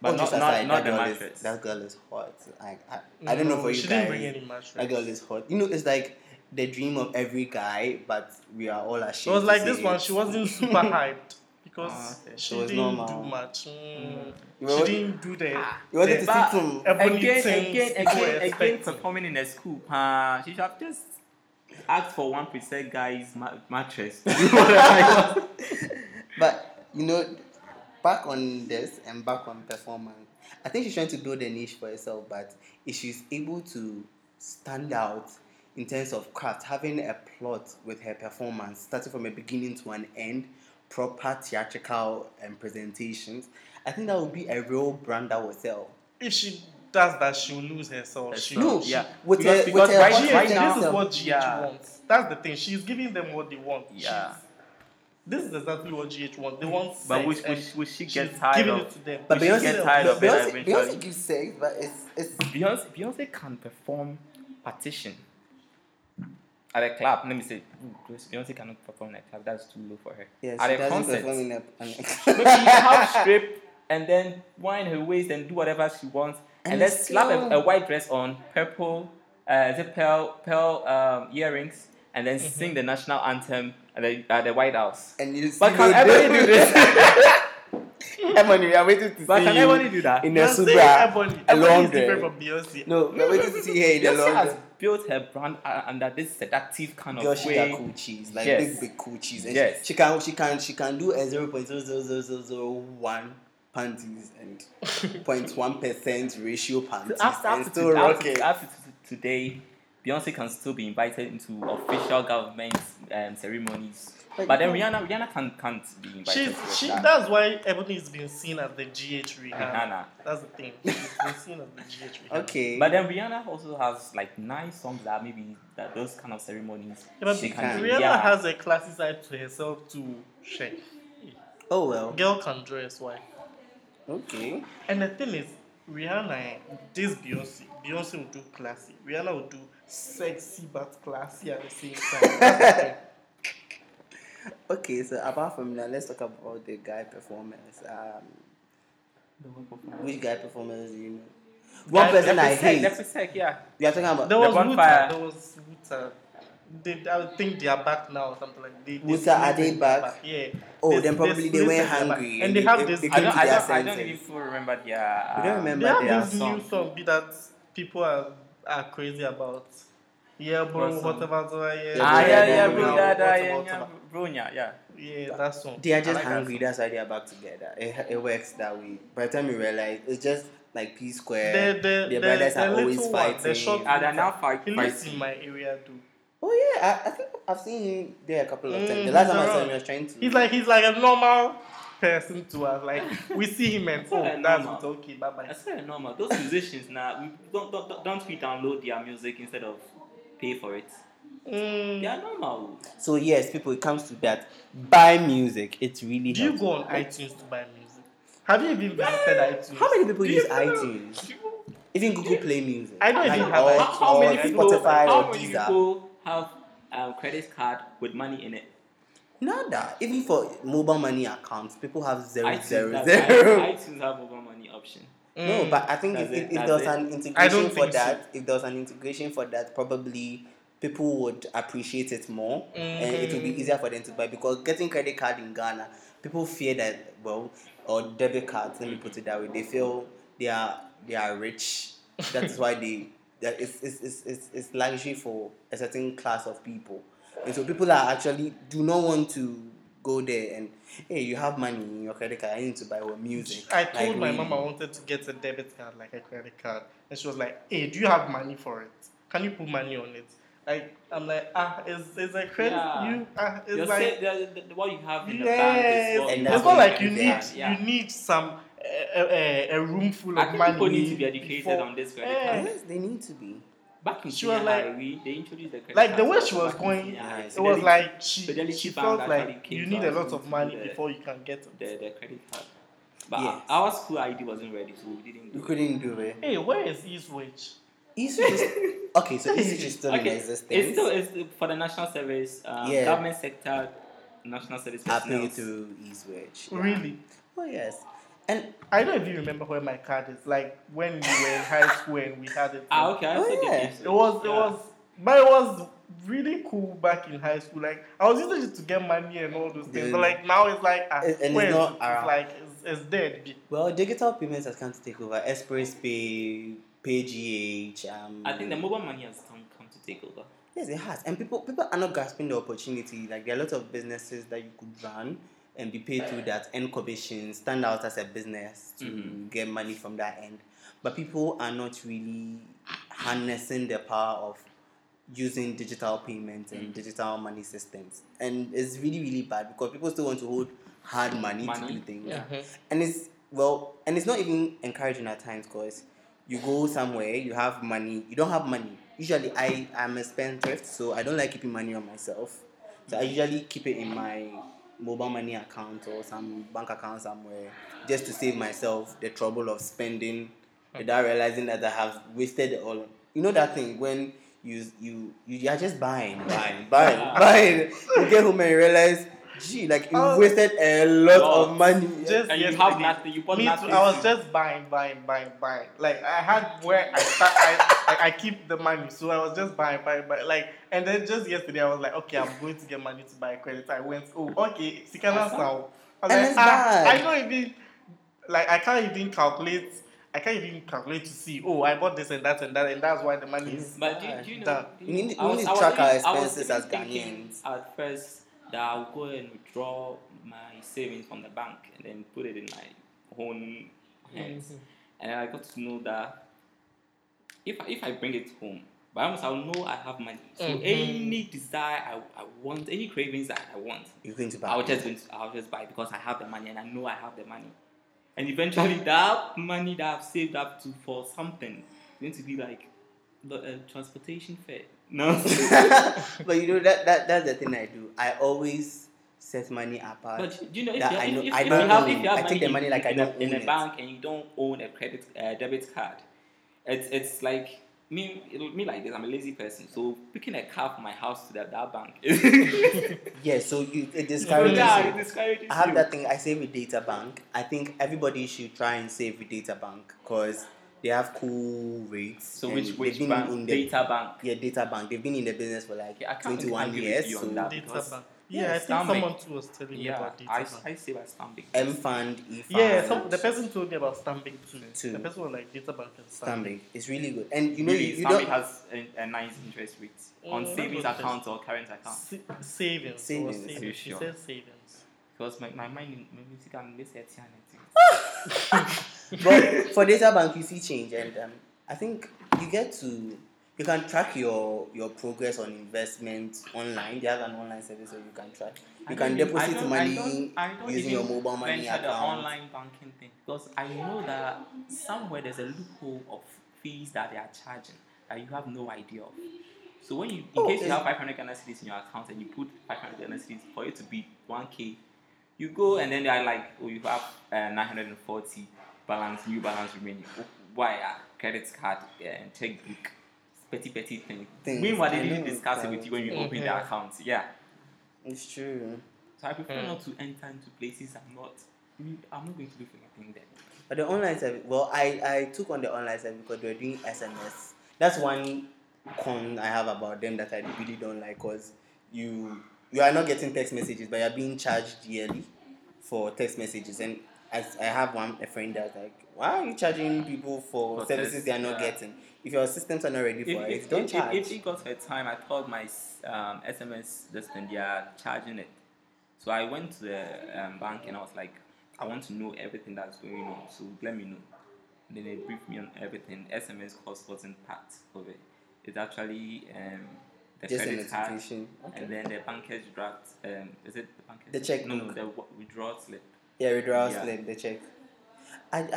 C: But
A: Oh,
C: not,
A: just
C: not,
A: aside, that
C: not the
A: girl
C: mattress.
A: Is, that girl is hot. I, I, I don't know
D: No,
A: for you
D: She
A: guys.
D: didn't bring any mattress.
A: That girl is hot. You know, it's like the dream of every guy, but we are all
D: She
A: ashamed.
D: was
A: to
D: like
A: say
D: this
A: it.
D: one. She wasn't super hyped because
C: Ah, okay.
D: she
A: It was
D: didn't
A: normal.
D: do much. Mm.
A: You
D: She
A: were-
D: didn't do the.
A: You wanted
D: the-
A: to
C: But-
A: see some.
D: Ebony
C: again,
D: things
C: again,
D: people were
C: again, again,
D: expecting.
C: performing in a school, pa. She should have just asked for one percent guy's ma- mattress.
A: but you know, back on this and back on performance, I think she's trying to build a niche for herself. But if she's able to stand out in terms of craft, having a plot with her performance, starting from a beginning to an end, proper theatrical and presentations, I think that would be a real brand that will sell.
D: If she does that, she'll lose herself. She
C: Herself.
D: will.
A: No,
D: She,
C: yeah.
A: With
C: Because-
A: a,
C: because
A: with a
C: right-
A: hot
C: right
D: GH,
C: now-
D: this is
A: herself.
D: what GH
C: Yeah.
D: wants. That's the thing. She's giving them what they want.
C: yeah,
D: She's- this is exactly what GH wants. They want sex.
C: but which
D: and
C: which which she
D: she's
C: gets tired
D: giving it
C: of.
D: to them.
A: But
C: We should
A: Beyonce,
C: get tired of it
A: Beyonce,
C: eventually.
A: Beyonce gives sex, but it's it's
C: Beyonce, Beyonce can perform partition at a club. Let me say, ooh, Beyonce cannot perform at a club. That's too low for her.
A: yeah, she
C: at a
A: doesn't
C: concert,
A: perform
C: maybe
A: in a, an-
C: half strip and then wind her waist and do whatever she wants, and,
A: And
C: then
A: it's
C: slap
A: long.
C: a, a white dress on, purple, uh, is it pearl, pearl um, earrings, and then sing the national anthem at the, at the White House.
A: and you
C: But can everybody do this?
A: Ebony, we are waiting to
C: but
A: see
C: can
A: you
C: everybody do that?
A: in a
D: Now say Ebony.
A: Subra
D: Ebony is
A: along there.
D: different from Beyonce.
A: No, we are waiting to see her in a
C: Beyonce has
A: long
C: built her brand uh, under this seductive kind
A: Girl,
C: of
A: she got
C: way.
A: coochies, like big,
C: Yes.
A: big coochies. And
C: Yes.
A: she, she can, she can, she can do a zero point zero zero zero zero zero one panties and 0.1 percent ratio panties
C: After,
A: and
C: after,
A: still
C: to,
A: rock
C: after,
A: it.
C: after to- today, Beyonce can still be invited into official government um, ceremonies.
A: But
C: But then
A: you
C: Rihanna, Rihanna can't, can't be
D: She's,
C: invited. to
D: she,
C: that.
D: that's why Ebony is being seen as the GH Rihanna.
C: Rihanna.
D: That's the thing. She's been seen as the GH Rihanna.
A: Okay,
C: But then Rihanna also has like nice songs that maybe that those kind of ceremonies
D: Yeah, but
C: she
A: can.
C: can. do.
D: Rihanna
C: yeah.
D: has a classy side to herself too. She,
A: oh well.
D: girl can dress why.
A: Okay,
D: And the thing is, Rihanna, eh, this Beyonce, Beyonce will do classy. Rihanna will do sexy but classy at the same time. That's the thing.
A: okay. So apart from that, let's talk about the guy performance. Um, which guy performers do you know? One
D: Guy-
A: person I
C: Nepisec,
A: hate.
C: Nepisec, yeah.
A: We are talking about
D: There was
C: bonfire.
D: Wuta. There was Wuta. They, I think they are back now or something like they, they
A: Wuta,
D: split
A: are they
D: and
A: back?
D: Yeah.
A: Oh,
D: They-
A: then probably they
D: split
A: were
D: and they're back.
A: hungry
D: And
A: and
D: they
A: they-
D: have
A: they-
D: this.
A: they
C: I
A: Came
C: don't,
A: to
C: I
A: their
C: don't, I don't even
A: senses.
C: full remember their.
A: We don't
C: um,
A: remember
D: They have
A: their
D: this new
C: song.
D: song be that people are, are crazy about. Yeah, bro,
C: What song?
D: whatever, whatever, yeah.
C: Ah, yeah, yeah,
A: Brunya,
C: Brunya,
A: Brunya,
D: whatever,
C: yeah, yeah, yeah,
D: whatever.
C: Brunya, yeah.
D: Yeah, that song.
A: They are just
C: like that
A: hungry. That's why they are back together. It, it works that way. By the time you realize, it's just like P square.
D: The- the-
A: Their
D: the-
A: brothers
D: the
A: are always
D: little one, the
A: fighting.
D: short-
C: Ah, they're now fight,
D: He lives in
C: fighting.
D: my area too.
A: oh yeah, I, I think I've seen him there a couple of
D: Mm,
A: times. The last time I
D: he's
A: saw him,
D: around.
A: he was trying to.
D: He's like he's like a normal person to us. Like we see him and
C: not
D: oh,
C: a
D: that's
C: normal.
D: okay, bye bye.
C: That's very normal. Those musicians now, we don't, don't don't we download their music instead of pay for it? They
D: Mm,
C: are normal.
A: So yes, people, it comes to that. Buy music. It's really.
D: do you
A: helps.
D: go on iTunes to buy music? Have you even visited iTunes?
A: How many people
D: Do
A: use
D: you-
A: iTunes? Even Google Play Music.
D: I don't even
A: Like,
D: have
A: or-
D: iTunes.
C: How, how many
A: or
C: people?
A: Spotify
C: how
A: or
C: many
A: Deezer.
C: people have um, credit card with money in it?
A: Not that. Even for mobile money accounts, people have zero
C: iTunes,
A: zero
C: has-
A: zero.
C: iTunes have mobile money option.
A: No,
D: Mm.
A: but I think if,
C: That's it,
A: if, if
C: that's
A: there was
C: it.
A: an
D: I
A: integration
D: don't
A: for
D: think so.
A: that, if there was an integration for that, probably people would appreciate it more, and it would be
C: Mm.
D: Mhm.
A: easier for them to buy because getting credit card in Ghana, people fear that well, or debit cards. Let me put it that way. They feel they are they are rich. That is why they that it's it's, it's, it's it's luxury for a certain class of people. And so people that actually do not want to go there and hey, you have money in your credit card. I need to buy what music.
D: I told my mom
A: mama.
D: I wanted to get a debit card, like a credit card, and she was like, "Hey, do you have money for it? Can you put money on it?" Like I'm like, ah, it's it's a credit.
C: Yeah.
D: You ah, it's
C: You're
D: like
C: saying the, the, the, what you have in the bank is
D: yes.
C: what
A: And
C: you
A: that's
D: it's
A: what
D: not like
A: you
D: you
A: can
D: need
A: get.
C: Yeah.
D: you need some a, a, a room full
C: I
D: of
C: think
D: money.
C: people need to be educated
D: before-
C: on this credit
D: Eh,
C: card.
A: Yes, they need to be.
C: Back in
D: She
C: senior
D: was like-
C: high, we, they introduced the credit
D: Like the
C: cards
D: way she
C: also
D: was
C: back in
D: going,
C: senior high.
A: it
D: It
C: So
D: was
C: they-
D: like she,
C: Fidelity
D: she
C: Bank
D: felt
C: actually
D: like
C: came
D: you
C: to
D: need
C: us
D: a lot
C: and
D: of
C: told
D: money
C: us.
D: before you can get it.
C: the, the credit card. But
A: Yes.
C: our, our school ID wasn't ready, so we didn't.
A: You
C: do it.
A: couldn't do it.
D: Hey, where is Eastwich?
A: Issue is okay. So issue is still in
C: Okay,
A: existence.
C: it's still it's for the national service, um,
A: Yeah.
C: government sector, national service.
A: I play
C: personnel.
A: to Eastwich. yeah.
D: Really?
A: Oh yes, and
D: I don't even remember where my card is. Like when we were in high school and we had it.
C: Ah, okay. I
A: Oh,
C: thought they
A: yeah.
C: gave
D: It was it
C: yeah.
D: was but it was really cool back in high school. Like I was using it to get money and all those things.
A: Yeah.
D: But like now it's like ah,
A: And- and it's
D: where is
A: not
D: it?
A: around.
D: it's like it's, it's dead.
A: well, digital payments has come to take over. Express Pay, PayGH. Um,
C: I think the mobile money has come come to take over.
A: yes, it has, and people people are not grasping the opportunity. Like there are a lot of businesses that you could run and be paid through that end commission, stand out as a business to
C: Mhm.
A: get money from that end. But people are not really harnessing the power of using digital payments and
C: Mm.
A: digital money systems, and it's really really bad because people still want to hold hard money, to
C: Money,
A: do things.
D: Mm-hmm.
A: and it's well and it's not even encouraging at times because you go somewhere you have money you don't have money usually i i'm a spendthrift so i don't like keeping money on myself so i usually keep it in my mobile money account or some bank account somewhere just to save myself the trouble of spending without realizing that i have wasted it all you know that thing when you you you are just buying buying buying
C: Yeah.
A: buying you get home and you realize gee like you
D: Oh.
A: wasted a lot
C: Lot.
A: of money
D: Just
C: And you
D: yesterday,
C: have nothing. You bought
D: Me too.
C: nothing.
D: I was just buying, buying, buying, buying. Like I had where I start, I, I I keep the money, so I was just buying, buying, buying. Like and then just yesterday I was like, okay, I'm going to get money to buy credit. I went, oh, okay, Sikana Sao. I was
A: And
D: like,
A: it's
D: ah,
A: bad.
D: I don't even like I can't even calculate. I can't even calculate to see. Oh, I bought this and that and that, and that's why the money is.
C: But do, you- do you know?
D: That-
C: do
A: We need-
C: know- I
A: we
C: was-
A: need to
C: I was
A: track our
C: even- I was
A: expenses
C: even
A: as
C: thinking
A: Ghanaians.
C: At first, that I'll go and withdraw my savings from the bank and then put it in my own hands.
A: Mm-hmm.
C: And I got to know that if I- if I bring it home, by almost I'll know I have money. So
A: Mm-hmm.
D: Mhm.
C: any desire I, I want, any cravings that I want,
A: You're going to buy.
C: I'll just I'll just buy because I have the money and I know I have the money. And eventually that money that I've saved up to for something is going to be like the uh, transportation fare. No.
A: but you know that, that that's the thing I do. I always set money apart.
C: But you know, if,
A: That
C: you,
A: I know-
C: if, if,
A: I
C: if you
A: don't
C: have,
A: own
C: if
A: it.
C: you have
A: I take the money like I
C: in, a-
A: don't
C: in
A: own
C: a
A: it.
C: bank and you don't own a credit uh, debit card, it's it's like me it'll- me like this. I'm a lazy person, so picking a car from my house to that, that bank.
A: yeah, so you, it discourages
C: yeah, it
A: you.
C: discourages
A: I have
C: you.
A: that thing. I save with Data Bank. I think everybody should try and save with Data Bank because they have cool rates.
C: So
A: and
C: which
A: they've
C: which
A: been
C: bank?
A: in the,
C: Data bank.
A: Yeah, Data Bank. They've been in the business for like
C: Yeah, I can't
A: 21
C: argue with
A: years.
C: you on
A: So
C: that.
D: Data
C: because-
D: bank. Yeah, I
C: Yes,
D: think
C: Stanbic.
D: someone too was telling me
C: Yeah,
D: about data
C: I,
D: bank.
C: I save as Stanbic.
A: M Fund, E Fund.
D: Yeah, some, the person told me about Stanbic too.
A: Too.
D: The person was like data bank and Stanbic.
A: Stanbic. It's really good, and you know you,
C: Really,
A: you
C: Stanbic
A: don't.
C: has a, a nice interest rate on
D: Mm.
C: savings
D: Interest.
C: accounts or current accounts.
D: Sa- savings.
A: Savings.
D: Or
C: Are you
D: savings. She
C: sure?
D: said savings.
C: Because my, my mind in my music and this Etienne. I think.
A: but for data bank you see change and um, i think you get to you can track your your progress on investment online they have an online service where you can track you
C: I
A: can
C: don't even- I
A: deposit
C: don't-
A: money
C: I don't- I don't
A: using your
C: even
A: mobile money
C: venture
A: account
C: the online banking thing because I know that somewhere there's a loophole of fees that they are charging that you have no idea of. So when you, in
A: Oh,
C: case you
A: it's-
C: have 500 Ghana cedis in your account and you put 500 Ghana cedis for it to be 1k, you go and then they are like, oh, you have uh, 940 balance, new balance remaining. Oh, Why ah, credit card uh, and checkbook, petty petty thing.
A: Things.
C: Meanwhile, they
A: I
C: didn't
A: know,
C: discuss it
A: right.
C: with you when you open the
D: Mhm.
C: account. Yeah.
A: it's true
C: So I prefer
D: Mm.
C: not to enter into places I'm not. I'm not going to do anything there.
A: but the online service well i i took on the online service because they were doing sms that's one con i have about them that i really don't like because you you are not getting text messages but you're being charged yearly for text messages and I, I have one a friend that's like, why are you charging people for
C: For
A: services
C: tests,
A: they are not
C: yeah.
A: getting? If your systems are not ready
C: If,
A: for it,
C: if,
A: don't
C: if,
A: charge.
C: if, if it got her time, I called my s- um, SMS this and they are charging it. So I went to the um, bank and I was like, I want to know everything that's going on. So let me know. Then they briefed me on everything. SMS cost wasn't part of it. It's actually um, the
A: Just a
C: credit card
A: notification. Okay.
C: and then the banker's draft. Um, is it the banker's?
A: The check
C: No,
A: book.
C: the wa- withdrawal slip.
A: Yeah, withdrawal
C: Yeah.
A: slip, the check. I I,
C: The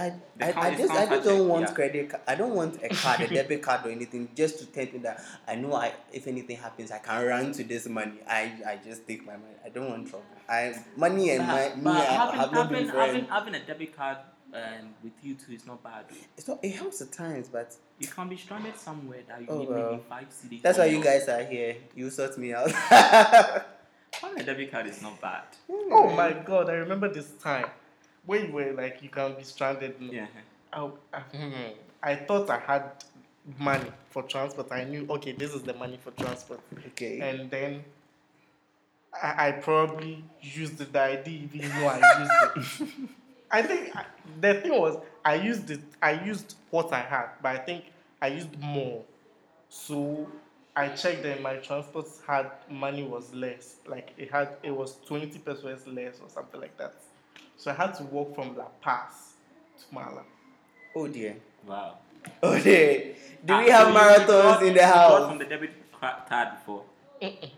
A: I,
C: count-
A: I
C: it
A: just I
C: counts
A: just
C: as
A: don't
C: check,
A: want
C: yeah.
A: credit card. I don't want a card, a debit card or anything, just to tell me that I know I if anything happens I can run to this money. I, I just take my money. I don't want trouble. I money and my me I,
C: having,
A: have not been
C: having, having,
A: friends.
C: having a debit card um, with you too is not bad.
A: So it helps at times, but
C: You can be stranded somewhere that you
A: Oh,
C: need
A: well.
C: maybe five CDs.
A: that's
C: for
A: why you
C: your-
A: guys are here. You sort me out.
C: Having a debit card is not bad.
A: Hmm.
D: Oh my god, I remember this time when you were like, you can be stranded. in-
C: Yeah.
D: I, I, hmm, I thought I had money for transport. I knew, okay, this is the money for transport.
A: Okay.
D: And then I, I probably used it that I didn't even know I used it. I think I, the thing was, I used it, I used what I had, but I think I used more. So I checked that my transport had money was less. Like it had, it was 20 pesos less or something like that. So I had to walk from La Paz to Mala.
A: Oh dear.
C: Wow.
A: Oh dear. Do we
C: Ah,
A: have
C: so you- you
A: marathons
C: got-
A: in the
C: you got From
A: house?
C: the debit ca- card before.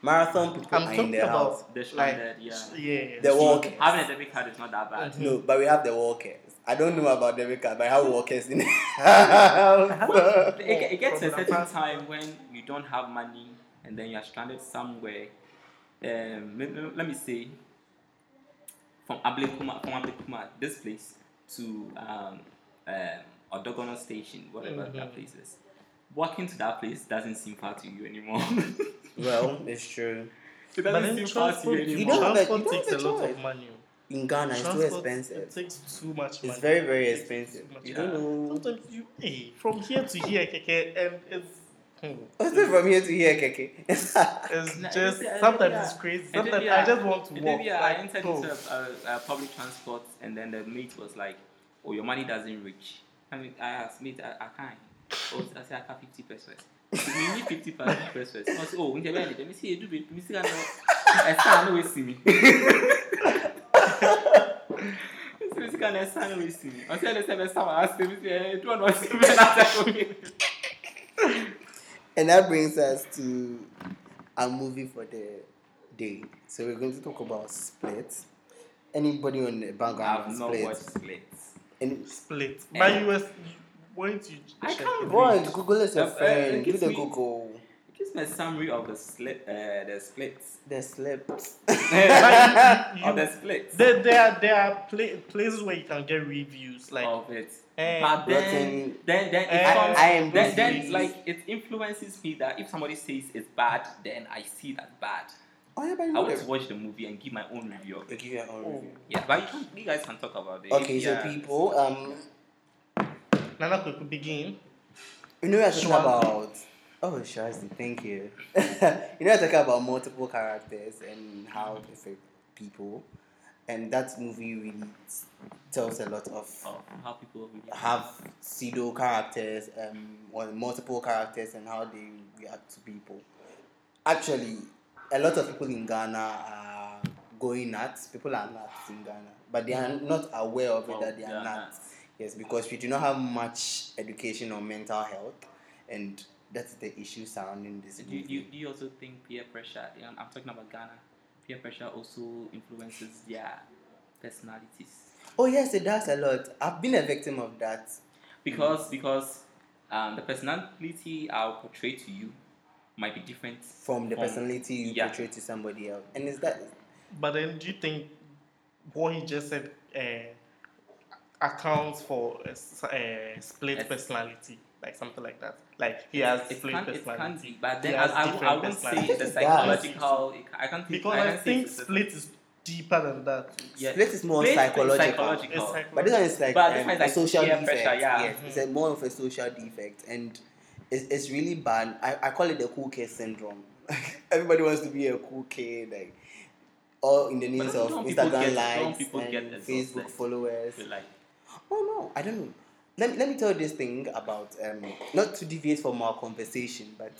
A: Marathon people
D: I'm
A: are in
D: talking
A: the
D: about
A: house.
C: The
D: like
C: stranded, yeah.
D: yeah.
A: The walk.
C: Having a debit card is not that bad.
A: No, but we have the walkers. I don't know about debit card, but I have walkers in the house.
C: It, it gets
D: From
C: a
D: the
C: certain
D: past.
C: time when you don't have money and then you are stranded somewhere. Um, let, let- let me say, from Ablekuma, from Ablekuma, this place to um, um, Odogono Station, whatever
D: Mm-hmm.
C: that place is. Walking to that place doesn't seem far to you anymore.
A: well, it's true.
C: it
D: But
C: doesn't
D: then
C: seem far to you
D: transport,
A: You
C: anymore.
A: don't have a- you
D: transport
A: don't
D: takes
A: have
D: a
A: a
D: lot of
A: choice.
D: money.
A: In Ghana, it's too
D: Transport, It
A: expensive.
D: takes too much money.
A: It's very, very
D: It takes
A: expensive.
D: too much
A: You
C: money.
A: don't know.
D: Sometimes you, hey, from here to here, keke, and it's, hmm,
A: Also from here to here, Keke.
D: it's
C: No,
D: just,
C: it's- uh,
D: sometimes
C: yeah.
D: it's crazy.
C: And
D: Sometimes
C: then,
D: I just want to
C: and
D: walk.
C: Then, yeah,
D: like,
C: I entered
D: bro.
C: into a, a, a uh, public transport, and then the mate was like, "Oh, your money doesn't reach." I mean, I asked mate, I, I can't. Oh, I said I can fifty pesos. You need fifty pesos. I said, "Oh, nje bende, me see you do it. Me see you know. I said, no way see me." Me see you know, I said, no way see me. I said, I said, I said, I said, me see you do not see me. I said, okay.
A: and that brings us to our movie for the day. So we're going to talk about Split. Anybody on the background on
C: I've not
A: Split?
C: watched Split.
A: Any-
D: Split.
C: Eh.
D: But you were, when you
C: I
D: check
C: can't
D: it?
A: Go and Google it, your
C: Uh, uh,
A: friend. Do
C: gives
A: the
C: me-
A: Google.
C: Just my summary of the split. Uh, the splits.
A: The Slip.
D: But you- you-
A: Oh,
C: of the splits.
D: There, there are, there are pla- places where you can get reviews. Like,
A: Oh.
C: of it.
D: Eh.
C: but then,
A: Rotten.
C: then, then,
D: Eh.
C: it comes,
A: I am
C: then,
D: busy.
C: then, like, it influences me that if somebody says it's bad, then I see that bad.
A: Oh, yeah, but you
C: I
A: know
C: want
A: the-
C: to watch the movie and give my own review of
A: Okay,
C: it. Oh.
A: give your own
D: oh,
A: review.
C: Yeah, but you, can, you guys can talk about it.
A: Okay,
C: yeah.
A: so people, um,
D: Nana could begin.
A: you know we are talking
D: Sure.
A: about. Oh, Shazzy, thank you. you know we are talking about multiple characters and how it affect people, and that movie really tells a lot of
C: Of how people really
A: have pseudo characters, um, or multiple characters, and how they react to people. Actually, a lot of people in Ghana are going nuts. People are nuts in Ghana, but they are not aware of it
C: Oh,
A: that they are
C: they are
A: nuts.
C: nuts.
A: Yes, because we do not have much education on mental health, and that's the issue surrounding this.
C: So do,
A: movie.
C: you- do, you- do you also think peer pressure? yeah, I'm talking about Ghana. Peer pressure also influences their personalities.
A: Oh yes, it does a lot. I've been a victim of that.
C: because because um, the personality I'll portray to you might be different
A: From the personality you
C: yeah.
A: portray to somebody else, and is that
D: But then, do you think what he just said uh, accounts for a, s- a split
C: Yes.
D: personality, like something like that? Like he has
C: It
D: split
C: can, it can
D: personality.
C: be, but then
D: He
C: I,
D: has
C: I, wou- I
D: different
C: wouldn't say
D: personalities.
C: the
A: Yes, it does.
C: psychological. It, I can't think.
D: Because
C: I
D: I,
C: can't
D: think
C: it's a-
D: split is deeper than that.
C: yeah.
A: Split is more
C: Split
A: psychological.
D: It's
C: psychological.
D: psychological.
A: But this one is like,
C: But
A: um,
C: this one is
A: a
C: like
A: social
C: peer
A: defect.
C: pressure, yeah. Mm-hmm.
A: Yes, it's a, more of a social defect, and it's, it's really bad. I, I call it the cool kid syndrome. Everybody wants to be a cool kid. Like all in the
C: But
A: names
C: don't-
A: of
C: don't people
A: Instagram
C: get- don't
A: likes
C: people
A: and
C: get exhausted?
A: Facebook followers.
C: So, like,
A: Oh no, I don't know. Let, let me tell you this thing about um not to deviate from our conversation, but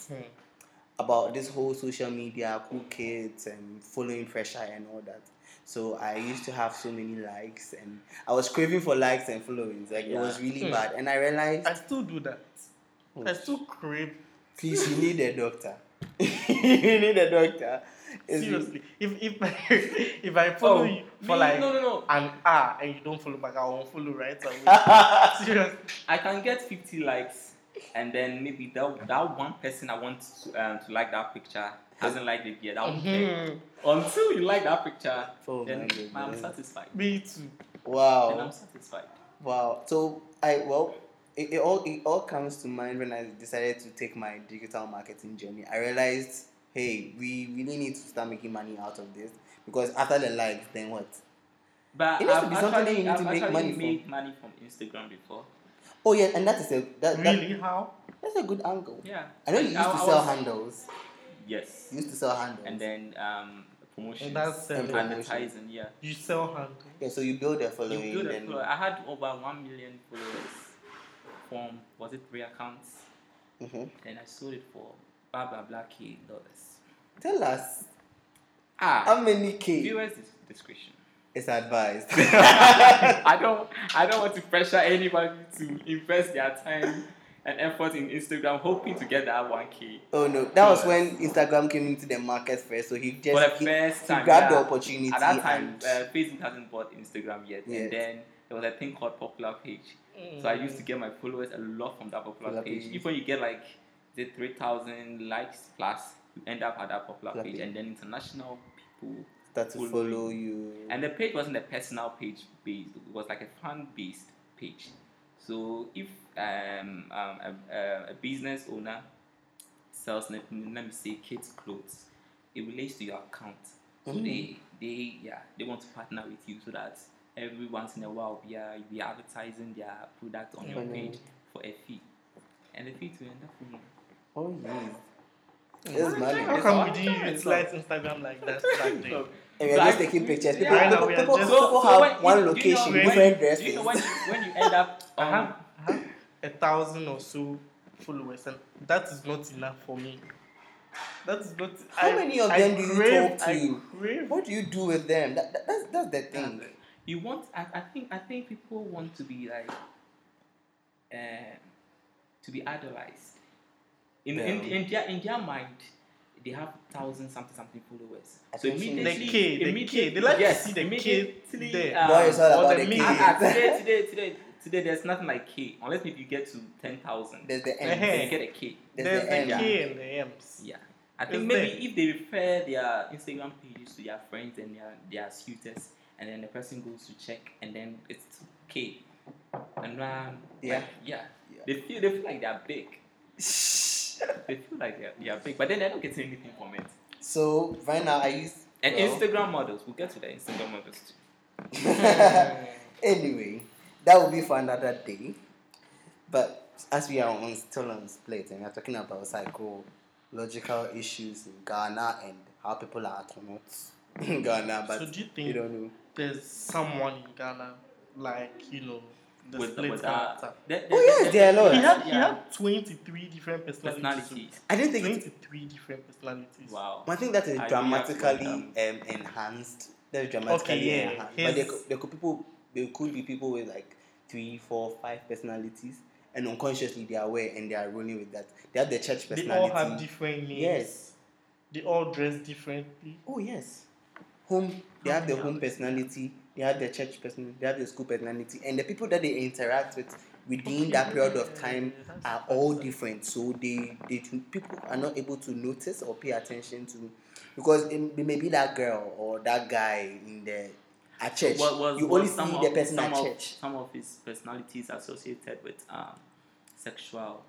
A: about this whole social media, cool kids and following pressure and all that. So I used to have so many likes and I was craving for likes and followings. Like it
C: Yeah.
A: was really
D: Hmm.
A: bad. And I realized
D: I still do that.
A: Hmm.
D: I still crave.
A: please you need a doctor. you need a doctor. It's-
D: Seriously, if if if I follow
C: Oh,
D: you
C: me?
D: for like
C: no, no, no.
D: an hour and you don't follow back, I won't follow right away. Seriously.
C: I can get 50 likes, and then maybe that, that one person I want to, um, to like that picture hasn't liked it yet. I don't care.
D: Mhm.
C: Until you like that picture,
A: Oh my
C: then
A: goodness.
C: I'm satisfied.
D: Me too. Oh.
A: Wow.
C: Then I'm satisfied.
A: Wow. So I well, it, it all it all comes to mind when I decided to take my digital marketing journey. I realized, hey, we really need to start making money out of this because after the likes, then what?
C: But
A: It needs to
C: I've
A: be something that you
C: actually,
A: need
C: I've
A: to make
C: actually
A: money from.
C: made money from Instagram before.
A: Oh yeah, and that is a that, that-
D: Really? How?
A: that's a good angle.
C: Yeah.
A: I know you used
C: I-
A: to
C: I
A: sell
C: was-
A: handles.
C: Yes.
A: You used to sell handles.
C: And then um, promotions,
D: that's
A: it.
C: advertising, yeah.
D: You sell handle.
A: yeah, so you build a following.
C: You build a
A: then-
C: follower. I had over 1 million followers from, was it three accounts?
A: Mhm.
C: Then I sold it for blah, blah, blah, K dollars.
A: Tell us
C: Ah.
A: how many K
C: viewers dis- discretion.
A: is advised.
C: I don't I don't want to pressure anybody to invest their time and effort in Instagram hoping to get that 1k.
A: oh no, that was when Instagram came into the market first. So he just
C: For the
A: he,
C: first
A: he
C: time,
A: grabbed
C: yeah.
A: the opportunity.
C: At that time,
A: and-
C: uh, Facebook hasn't bought Instagram yet,
A: Yes.
C: and then there was a thing called popular page. So I used to get my followers a lot from that popular,
A: Popular
C: page.
A: page.
C: Even you get like the 3,000 likes plus, you end up at that popular
A: Popular
C: page,
A: page.
C: and then international people.
A: start to
C: follow
A: follow you.
C: And the page wasn't a personal page based, it was like a fan based page. So if um, um, a, a- a business owner sells, let, let me say, kids' clothes, it relates to your account. So
A: Mm.
C: they, they, yeah, they want to partner with you so that every once in a while we are, we are advertising their product on your
A: Mhm.
C: page for a fee. And the fee to end up with
A: oh yes, it's money.
D: How
C: It's
D: come
C: all
D: we didn't
C: time,
D: utilize Instagram like that? back
A: And
D: then?
A: we are
C: So
A: just
C: I-
A: taking pictures. People,
C: Yeah, I
D: know,
A: people,
D: we are
A: people,
D: just-
A: people
C: So- so
A: have
C: when- do
A: one
C: you know
A: location,
C: when-
A: different
C: Do
A: dresses.
C: you know when you, when you end up um,
D: I
C: on
D: have, I have a thousand or so followers, and that is not enough for me. That is not.
A: How
D: I,
A: many of
D: I
A: them do you
D: crave-
A: talk to?
D: I crave.
A: what do you do with them? That, that, that's, that's the thing.
C: You want? I, I think. I think people want to be like, um, to be idolized. In, in,
A: Yeah.
C: in their in their mind, they have thousand something something followers. So
A: Attention. The
C: immediately,
D: kid, the
C: immediately,
D: kid. They like to
C: yes,
D: see the
C: immediately,
D: kid there.
C: um,
A: Boy, it's all
D: or
A: about
D: the
A: the
D: me-
A: kids.
C: ah, ah, today, today, today, today, there's nothing like K unless if you get to ten thousand,
A: There's the
D: Eh,
A: end.
C: then you get a K.
A: There's
D: There's
A: the end.
D: the K and the M's.
C: Yeah. I think
D: It's
C: maybe if they refer their Instagram pages to their friends and their, their suitors, and then the person goes to check, and then it's okay. And um,
A: Yeah.
C: like, yeah,
A: Yeah.
C: They feel they feel like they're big. They feel like they're, they're big, but then they're not getting anything from it.
A: So right now I use
C: And
A: well,
C: Instagram models, we'll get to the Instagram models too.
A: anyway, that will be for another day. But as we are on still on split and we are talking about psychological issues in Ghana and how people are nuts in Ghana, but
D: So do you
A: you
D: think
A: don't know.
D: there's someone in Ghana, like you know, the
C: With the-
D: split
C: with the-
D: character?
C: the- the-
A: Oh, yes,
C: the-
A: there are
C: the-
A: lots.
D: He had, he
C: yeah,
D: had 23 different personalities.
C: personalities.
A: I didn't think it,
D: Twenty-three different personalities.
C: Wow.
A: I think that is
C: I do
A: dramatically um,
C: have
A: enhanced. That is dramatically
D: Okay, yeah.
A: enhanced. But there
D: His-
A: could, there could people there could be people with like three, four, five personalities, and unconsciously they are aware and they are rolling with that. They have the church personality.
D: They all have different names.
A: Yes.
D: They all dress differently.
A: Oh yes. Home. They have the
D: many
A: home personality. They have the church personality. They have the school personality, and the people that they interact with within
D: Okay,
A: that period of
D: yeah,
A: time
D: yeah, that's-
A: are all different. So they, they do- people are not able to notice or pay attention to because it, it may be that girl or that guy in the at church.
C: What was,
A: you
C: was
A: only
C: some
A: see the
C: of,
A: person
C: some
A: at
C: of,
A: church.
C: Some of his personalities associated with um, sexual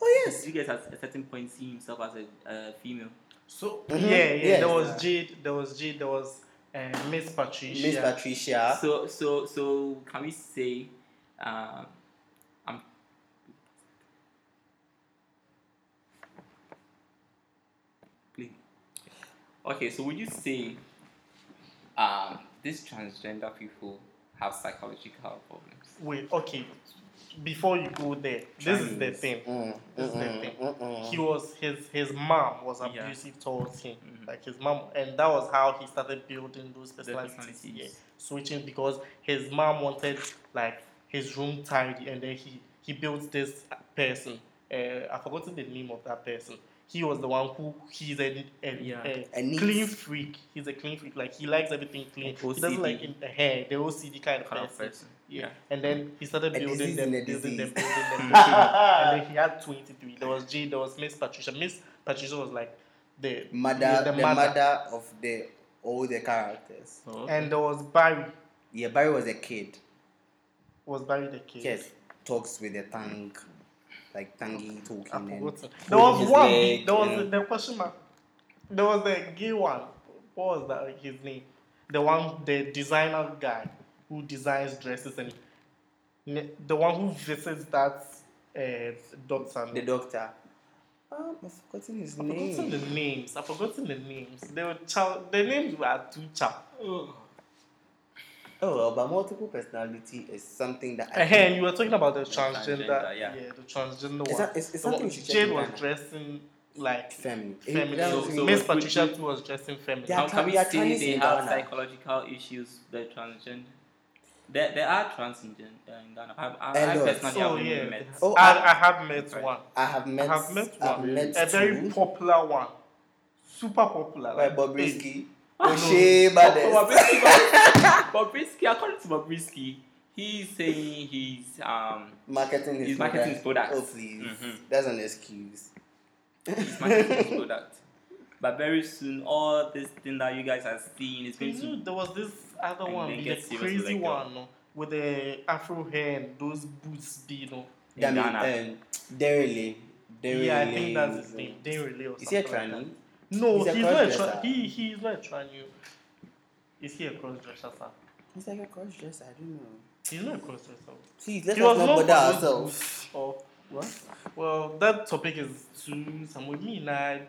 A: Oh
C: Yes.
A: yes.
C: You guys at a certain point see himself as a uh, female.
D: So
A: Mhm.
D: yeah, yeah.
A: Yes.
D: There was Jade. There was Jade. There was uh, Miss Patricia.
A: Miss Patricia.
C: So so so can we say um I'm Please. Okay, so would you say um, these transgender people have psychological problems?
D: Wait, okay. Before you go there, this is the
C: Chinese.
D: thing.
A: Mm,
D: This is the
A: mm-mm,
D: thing.
A: mm-mm.
D: He was his his mom was
C: Yeah.
D: abusive towards him,
C: Mhm.
D: like his mom, and that was how he started building those personalities.
C: personalities.
D: Yeah, switching because his mom wanted like his room tidy, and then he he built this person. Uh, I forgotten the name of that person. He was the one who he's a, a,
C: Yeah.
D: a
A: A neat.
D: clean freak. He's a clean freak. Like he likes everything clean. He doesn't
C: OCD.
D: like in the hair, the OCD kind of
C: Kind of
D: person.
C: person.
D: Yeah.
C: Yeah.
D: And then he started
A: A
D: building
A: disease
D: them,
A: in a
D: building them, building them,
A: disease.
D: building them. and then he had 23. There was Jay, there was Miss Patricia. Miss Patricia was like the
A: Mother, the, mother. of the all the characters.
C: So,
D: And there was Barry.
A: Yeah, Barry was a kid.
D: Was Barry the kid?
A: Yes, talks with a tongue, like tonguey
D: I
A: talking. And
D: forgot. There was
A: his
D: one.
A: leg,
D: there was
A: yeah.
D: the, the question mark. There was the gay one. What was that? His name. The one, the designer guy who designs dresses and ne- the one who visits that uh, doctor.
A: the doctor. Um, I've forgotten his
D: I've forgotten the
A: name.
D: names. I've forgotten the names. They were chow- the names were too chow.
A: Oh, well, but multiple personality is something that I.
D: And you were talking about the transgender.
C: transgender,
D: yeah.
C: yeah.
D: the transgender
A: It's
D: one.
A: a- it's- it's
D: The
A: something
D: one-
A: we should check
D: Jade
A: in
D: was
A: Ghana.
D: dressing like
A: Feminine.
D: feminine.
A: That was
C: So- so-
D: Miss
C: what would
D: Patricia
C: you-
D: too was dressing feminine.
A: Yeah.
C: how
A: Chinese
C: can we
A: in
C: say they have
A: Ghana.
C: psychological issues? The transgender. There, there are trans in Gen- uh, in Ghana. I, I, I
A: A lot.
C: personally
D: So
C: haven't
D: yeah,
C: met.
A: Oh,
D: I,
A: I-
D: I have met
C: Right.
D: one.
A: I have met.
D: I have met
A: I've
D: one.
A: met
D: a very
A: two.
D: popular one. Super popular.
A: By
D: Like hey,
A: Bobrisky.
D: Oh, no.
A: Oshe
C: Oh,
A: Bades.
C: Bobrisky, Bobrisky- Bobrisky, according to Bobrisky, he's saying he's um
A: Marketing his
C: He's marketing his product.
A: Oh, please.
C: Mhm.
A: That's an excuse.
C: he's marketing his product. But very soon, all this thing that you guys are seeing is going
D: you
A: Mm-hmm.
D: know,
C: to
D: there was this other
C: And
D: one,
C: then
D: the
C: get serious with
D: crazy
C: that girl.
D: one no, with the afro hair and those boots, you know.
C: in
A: Damn
C: Ghana.
A: it. Um, Derrily. Derrily.
D: Yeah, I think that's his name. Derry or
A: Is he a
D: something like
A: tranny?
D: that. No,
A: He's
D: he's,
A: a
D: not a
A: crossdresser.
D: tra- he he's not a tranny. Is he a cross dresser, sir?
A: He's like a cross dresser. I don't know.
D: He's not a cross dresser.
A: Please, let's
D: He
A: not
D: was known
A: bother
D: for those
A: ourselves.
D: boots or-
A: What?
D: well, that topic is too some with me and I.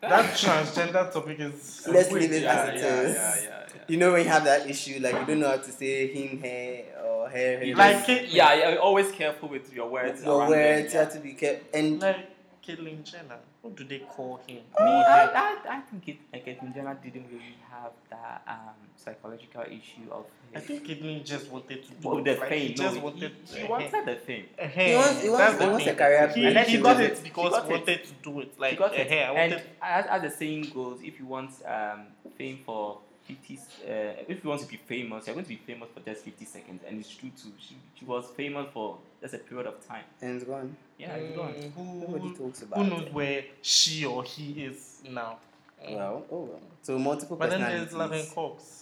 D: That transgender topic is.
A: Let's leave it
C: yeah,
A: as it
C: yeah,
A: is.
C: yeah, yeah, yeah.
A: You know when you have that issue, like you don't know how to say him, hair, or hair, hair.
D: Like
A: Just
D: Caitlyn,
C: Yeah, yeah, always careful with your words.
A: your
C: around
A: words, you
C: them,
A: have to be careful. And
D: like Caitlyn Jenner. What do they call him?
C: yeah. Me,
D: More hair.
C: Oh, I, I, I think it, like in general didn't really have that um, psychological issue of
D: I think Caitlyn just wanted to do
C: well, the
D: it. Like,
C: fame.
D: he just
C: no,
D: wanted.
C: he, he wanted the fame.
A: He wants- he wants- he
D: That's the
A: wants a
D: thing.
A: career
D: He,
A: break.
D: he,
A: He
D: got
A: got
D: it
C: it.
D: because
C: He got it.
D: wanted to do it. Like,
C: you got
D: eh,
C: it.
D: hey, I wanted
C: and as, as the saying goes, if you want um, fame for 50, s- uh, if you want to be famous, you're going to be famous for just 50 seconds. And it's true too. She, she was famous for just a period of time.
A: and it's gone.
C: Yeah, it's gone.
D: Mm,
A: Nobody
D: who,
A: talks about
D: who knows
A: it.
D: where she or he is now. Mm.
A: Well, oh well. So multiple
D: But then
A: personalities.
D: there's Lovin Cox.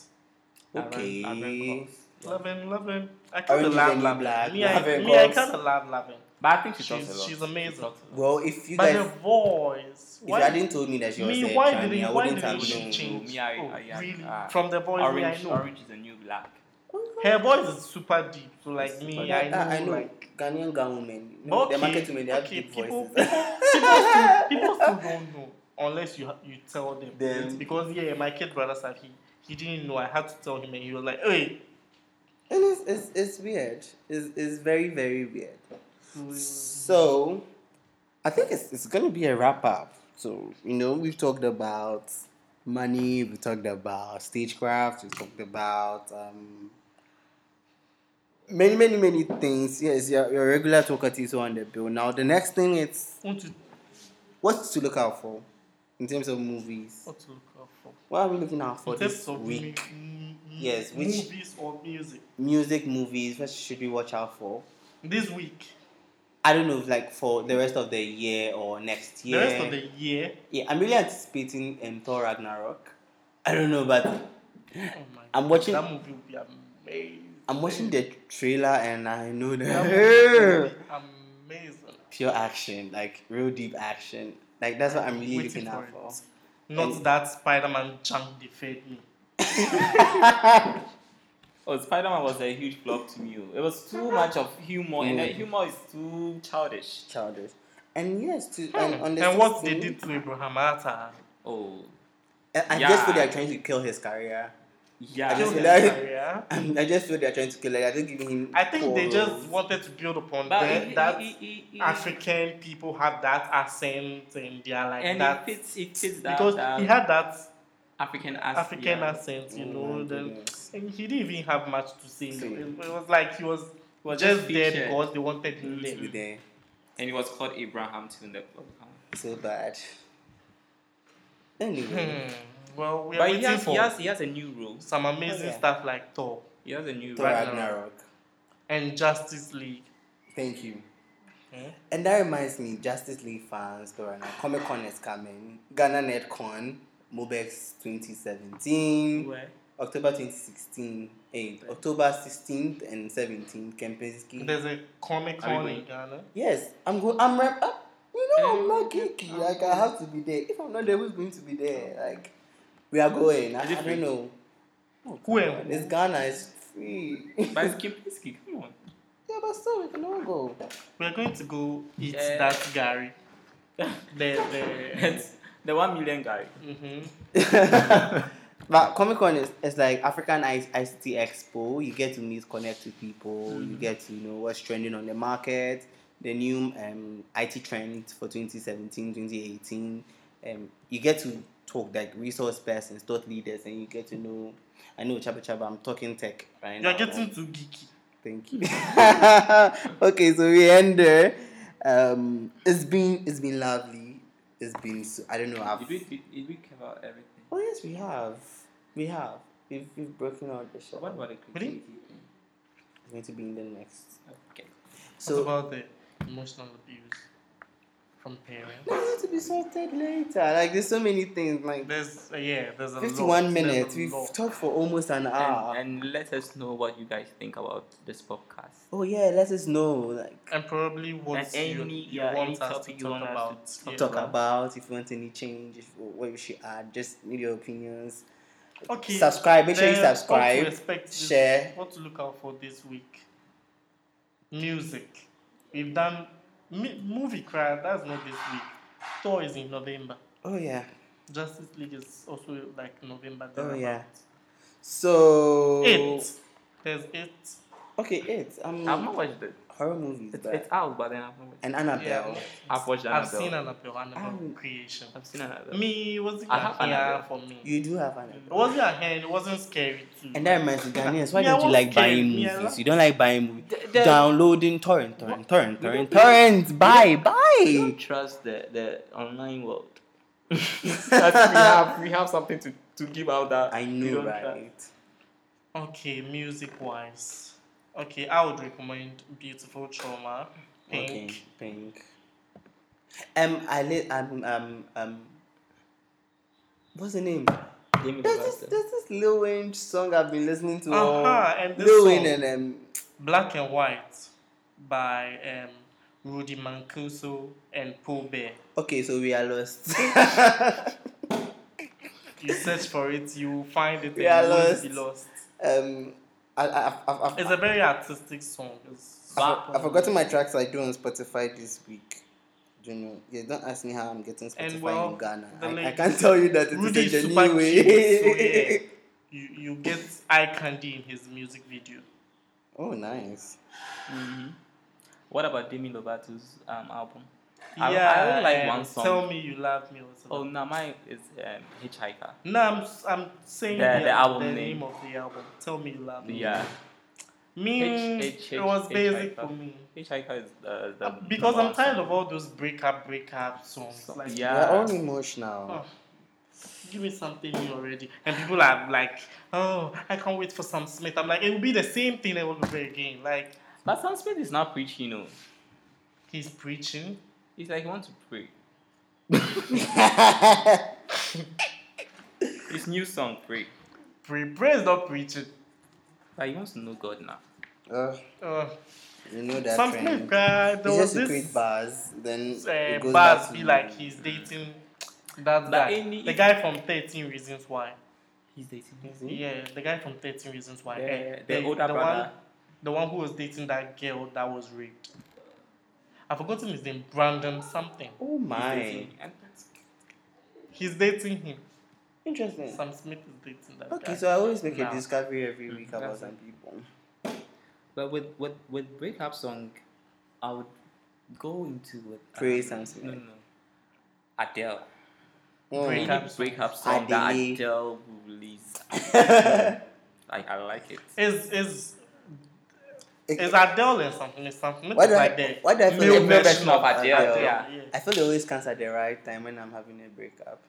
A: Okay.
C: I've been- I've been caught.
D: Lovin, Lovin. I
A: Orange
D: kind
A: is
D: of
A: the
D: love
A: New
D: Lovin.
A: Black.
D: Me, I,
A: Lavin
D: me, I
A: Cox.
D: kind of love Lovin.
C: But I think she talks a
D: She's,
C: lot.
D: she's
C: She
D: amazing.
C: talks a lot.
A: Well, if you
D: But
A: guys,
D: the voice.
A: if you hadn't told me that she was
D: me,
A: a
D: why
A: tranny,
D: didn't-
A: eh, I
D: why
A: wouldn't
D: didn't
A: have
D: she
A: known.
D: change?
C: Me, I,
D: Oh,
C: I, I,
D: really?
C: uh,
D: From the voice, me, I
C: orange,
D: know.
C: orange is the new black.
D: Her voice is super deep. So like
C: It's
D: me,
A: But
D: I know.
A: Ah, I, I know
D: Like,
A: Ghanaian Ghan women. You know,
D: okay,
A: they market women. They have
D: okay,
A: deep
D: people,
A: voices.
D: people, people, still, people still don't know unless you ha- you tell them.
A: Them.
D: Because yeah, my kid brother Safi, he, he didn't know. I had to tell him, and he was like, "Hey."
A: And it's, it's, it's weird. It's, it's very, very weird.
D: So,
A: So, I think it's, it's going to be a wrap up. So, you know, we've talked about money, we talked about stagecraft, we talked about um, many, many, many things. Yes, your, your regular talkative on the bill. Now, the next thing is
D: want to
A: what to look out for in terms of movies.
D: what to look out for?
A: What are we looking out for
D: In terms
A: this
D: of mu-
A: week?
D: mu-
A: Yes, which-
D: movies or music
A: Music, movies, what should we watch out for?
D: this week,
A: I don't know, like for the rest of the year or next year.
D: the rest of the year.
A: Yeah, I'm really anticipating um, Thor Ragnarok. I don't know, but
D: Oh my
A: I'm
D: God,
A: watching-
D: that movie. Will be amazing.
A: I'm watching the trailer and I know
D: That movie
A: that
D: will be amazing.
A: pure action, like real deep action. Like that's what I'm really
D: Waiting
A: looking out
D: for
A: for.
D: it. Not
A: And-
D: that Spider-Man junk defeated me.
C: Oh, Spider Man was a huge flop to me. oh. It was too much of humor,
A: Mm.
C: and that humor is too childish.
A: Childish. And yes, to and on the
D: Hmm. and what they
A: 16
D: did to Abraham Atta.
C: Oh,
A: I, I
C: Yeah.
A: just feel they are trying to kill his career.
C: yeah.
A: I just
D: Kill
A: feel like-
D: his career.
A: I just feel they are trying to kill it. I just giving him.
D: I think they
A: poor
D: just
A: roles.
D: wanted to build upon
C: but
D: that.
C: it-
D: that
C: it- it- it-
D: African people have that accent and they are like
C: and it
D: that.
C: fits, it fits that,
D: because
C: that
D: he had that
C: African accent.
D: African
C: yeah.
D: accent, you
A: Oh
D: know.
A: my
D: Then,
A: goodness.
D: and he didn't even have much to say.
A: Say.
D: It, it was like he was,
C: was
D: just
C: just
D: there
C: featured.
D: because they wanted him
A: To be
D: there.
A: there.
C: And it was called Abraham too in the podcast.
A: So bad. Anyway,
D: Hmm. Well, we are
C: But he
D: waiting
C: has,
D: for
C: he has he has a new role.
D: some amazing
A: Oh, yeah.
D: stuff like Thor
C: He has a new
A: Thor
C: role.
A: Ragnarok.
D: and Justice League.
A: Thank you.
D: Hmm?
A: And that reminds me, Justice League fans, Comic Con is coming. Ghana NetCon, Mobex 2017,
C: Where?
A: October 2016, and October 16th and 17th, Kempinski.
D: There's a Comic
C: Are
D: Con
C: we
D: in
C: going?
D: Ghana.
A: Yes, I'm going. I'm rep. uh, You know, I'm
C: Um,
A: not geeky. Like I have to be there. If I'm not there, who's going to be there? Like we are going. I,
C: Is it
A: I
C: free?
A: don't know. Oh,
D: Who
A: come
D: am-
A: on, It's Ghana. It's free. yeah,
C: But it's Kempinski, come on.
A: but still, we can all go.
D: We're going to go eat
C: Yeah.
D: that Gary. the the.
C: It's the one million guy.
D: mm-hmm.
A: but Comic Con is, is like African I- ICT Expo. You get to meet, connect with people.
D: Mm.
A: You get to know what's trending on the market, the new um, IT trends for 2017, 2018. Um, you get to talk like resource persons, thought leaders, and you get to know. I know Chaba Chaba, I'm talking tech right
D: You're
A: now.
D: getting too geeky.
A: Thank you. okay, so we end there. Um, it's been it's been lovely. It's been so, I don't know.
C: Did
A: I've,
C: we, did, did we cover everything?
A: Oh yes, we have. We have. We've, we've broken out the show.
C: What about the creativity thing?
A: It's going to be in the next.
C: Okay.
D: So,
A: So
D: about the emotional abuse from parents.
A: that's going to be sorted later. Like there's so many things. Like
D: There's uh, yeah, there's a lot.
A: 51
D: There's a
A: minutes. We've
D: lot.
A: talked for almost an hour.
C: And, and let us know what you guys think about this podcast.
A: oh yeah, let us know. Like
D: and probably what
C: And
D: you,
C: any-
D: you
C: yeah,
D: want
C: any
D: us to
C: topic
D: talk
C: you want us to
D: about.
C: talk
D: Yeah.
A: talk about if you want any change, if what we should add. Just need your opinions.
D: Okay.
A: Subscribe. Make sure you
D: then what to
A: subscribe.
D: expect this-
A: share.
D: What to look out for this week? Music. We've done mi- movie cry. That's not this week. Thor is in November.
A: Oh yeah.
D: Justice League is also like November.
A: Oh
D: thereabout.
A: yeah. So
D: It. There's it.
A: Okay, it. Um,
C: I've not watched it.
A: horror movies.
C: It's,
A: but-
C: it's out, but then I've not watched it.
A: and Annabelle.
D: Yeah.
C: I've watched
D: I've
C: Annabelle.
D: seen Annabelle. Annabelle
A: Um,
D: creation.
C: I've seen another.
D: Me was it
C: I have
D: here
C: Annabelle.
D: for me?
A: You do have Annabelle.
D: It wasn't a hand. It wasn't scary too.
A: And that reminds me, Ghanaians, why
D: Yeah,
A: don't you
D: what's
A: like
D: scary?
A: buying
D: Yeah,
A: movies?
D: what-
A: You don't like buying movies.
C: The- the-
A: Downloading torrent, torrent, torrent, torrent, torrent.
C: we
A: Bye,
C: We
A: bye.
C: don't trust the, the online world. we have something to, to give out that
A: I
C: we
A: know,
C: don't trust.
A: right?
D: Okay, music wise. Okay, I would recommend Beautiful Trauma. Pink.
A: Okay, pink. Um, I li- um, um, um, what's the name?
C: Demi
A: There's this,
C: Lovato.
A: there's this Lil Wayne song I've been listening to. all-
D: Uh-huh, and this
A: Lil
D: song.
A: Wayne and um,
D: Black and White by um, Rudy Mancuso and Paul Bear.
A: okay, so we are lost.
D: You search for it, you will find it, and
A: We
D: you
A: are
D: won't be
A: lost.
D: lost.
A: um, I, I, I, I,
D: It's a very artistic song. It's
A: I've, I've forgotten my tracks I do on Spotify this week. Do you know? Yeah, don't ask me how I'm getting Spotify
D: And well,
A: in Ghana.
D: the
A: I, I
D: link-
A: can't tell you that it's
D: Rudy
A: a
D: is super
A: genuine way.
D: cute, so yeah. You, you get eye candy in his music video.
A: Oh, nice.
C: Mhm. What about Demi Lovato's um, album? I- I
D: yeah,
C: only like
D: and
C: one song.
D: Tell me you love me or something.
C: Oh, no, mine is um, Hitchhiker.
D: No, I'm, s- I'm saying
C: The- the album
D: name
C: name.
D: of the album. Tell me you love me.
C: Yeah,
D: Me,
C: H- H-
D: it was
C: H-
D: basic
C: H-
D: for me.
C: Hitchhiker is uh, the
D: Uh, Because
C: number
D: I'm
C: one
D: tired
C: song.
D: of all those breakup, breakup songs.
C: So-
D: Like,
A: We're
C: yeah.
A: all emotional.
D: Oh. give me something new already. And people are like, oh, I can't wait for Sam Smith. I'm like, it will be the same thing over again. Like,
C: But Sam Smith is not preaching, you know.
D: he's preaching.
C: He's like, he wants to pray. His new song, Pray.
D: Pre- Praise not preaching.
C: Like, he wants to know God now.
A: Ugh,
D: Uh,
A: you know that
D: Sam Smith,
A: trend.
D: guy, there
A: It's
D: was
A: just to
D: this
A: create bars, then it
D: uh,
A: goes
D: Baz
A: back
D: be
A: to-
D: like, he's dating that
C: But
D: guy.
C: any-
D: The guy from 13 Reasons Why.
C: He's dating his
A: Hmm?
D: Yeah, the guy from 13 Reasons Why.
C: The-
D: Eh,
C: the older brother.
D: One, the one who was dating that girl that was raped. I've forgotten his name, Brandon something.
A: Oh my!
C: dating- and that's-
D: He's dating him.
A: Interesting.
D: Sam Smith is dating that guy.
A: Hmm. Okay, so I always make
D: Now.
A: a discovery every
C: Mm,
A: week
D: that's
A: about
D: it.
A: some people.
C: But with with with breakup song, I would go into it. uh,
A: Praise and sing.
C: No, no, no. Adele.
A: Mm.
D: Break Breakup
C: Breakup, breakup, song
A: song.
C: that
A: Adele.
C: Adele released. I, I like it.
D: Is is
A: Okay.
D: is Adele and Sam Smith? Sam Smith
A: Why
D: is
A: do I-
D: like the
A: why do I feel
D: male
A: like
D: version
C: of Adele?
D: Adele,
C: Yeah.
D: yeah.
A: I feel they always cancel at the right time when I'm having a breakup.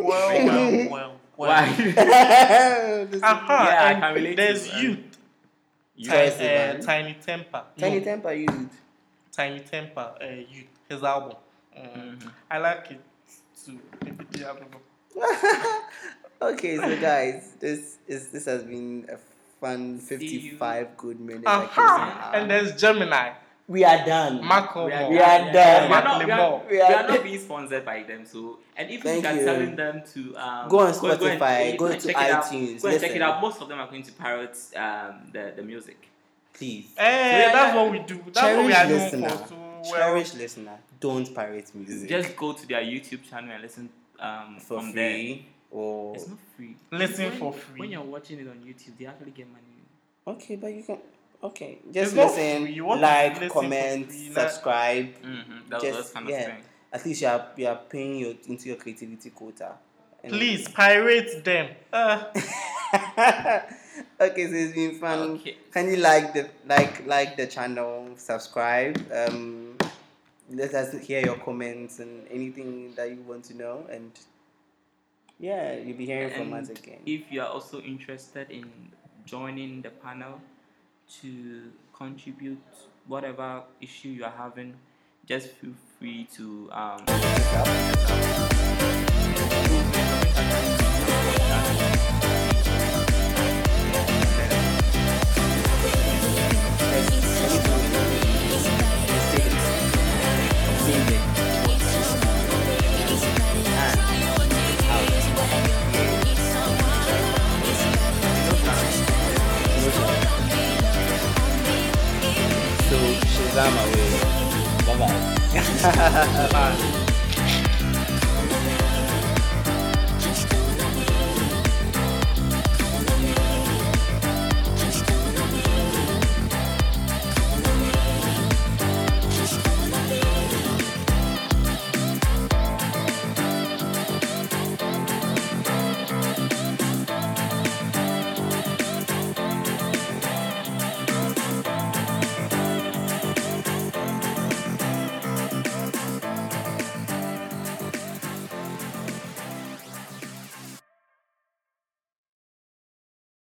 D: well, well, well.
C: Why?
A: This is-
D: Uh-huh.
C: Yeah, I
D: and
C: can relate to
D: There's
C: that.
D: youth.
C: You
D: Tiny,
A: Yes.
C: guys,
A: Crazy, man.
D: uh, Tiny Temper.
A: Tiny
D: No,
A: temper you.
D: Tiny Temper. Uh, youth. His album. Mm.
C: Mm-hmm.
A: Mm-hmm.
D: I like it too. Maybe the album.
A: okay, so guys, this is this has been a fun
C: See you.
A: 55 good minutes. I guess
D: Uh-huh.
A: now.
D: And there's Gemini.
A: we are done.
D: Malcolm.
C: we are,
A: We are done.
C: We are not, we are,
D: Macklemore.
A: We are
C: we are
A: done.
C: not being sponsored by them. So, and if
A: Thank
C: you can
A: you.
C: telling them to um,
A: Go on
C: and-
A: Spotify, go
C: and
A: to
C: check it out.
A: iTunes,
C: Go and check
A: listen.
C: it out. Most of them are going to parrot um, the the music.
A: Please.
D: Hey,
C: Yeah,
D: Eh, that's
C: yeah.
D: what we do. That's what we
A: Cherish
D: are known
A: listener.
D: for. So, well,
A: Cherish listener, don't pirate music.
C: Just go to their YouTube channel and listen um,
A: for
C: from
A: free or
C: there. It's not free.
D: listen
C: When-
D: for
C: When
D: free.
C: you're watching it on YouTube, they actually get money.
A: okay, but you can okay. Just
D: not
A: listen,
D: free, you want to
A: like,
D: listen for
A: comment,
D: free, like-
A: subscribe.
C: Mm-hmm. That
A: Just-
C: was kind
A: yeah.
C: of thing.
A: At least you are you are paying your into your creativity quota. And-
D: Please pirate them. Uh,
A: okay, so it's been fun.
C: Okay.
A: Can you like the like like the channel, subscribe? Um, let us hear your comments and anything that you want to know, and yeah, you'll be hearing from us
C: And
A: again.
C: If you are also interested in joining the panel to contribute whatever issue you are having, just feel free to um,
A: So Shazam away. Bye bye.
D: bye.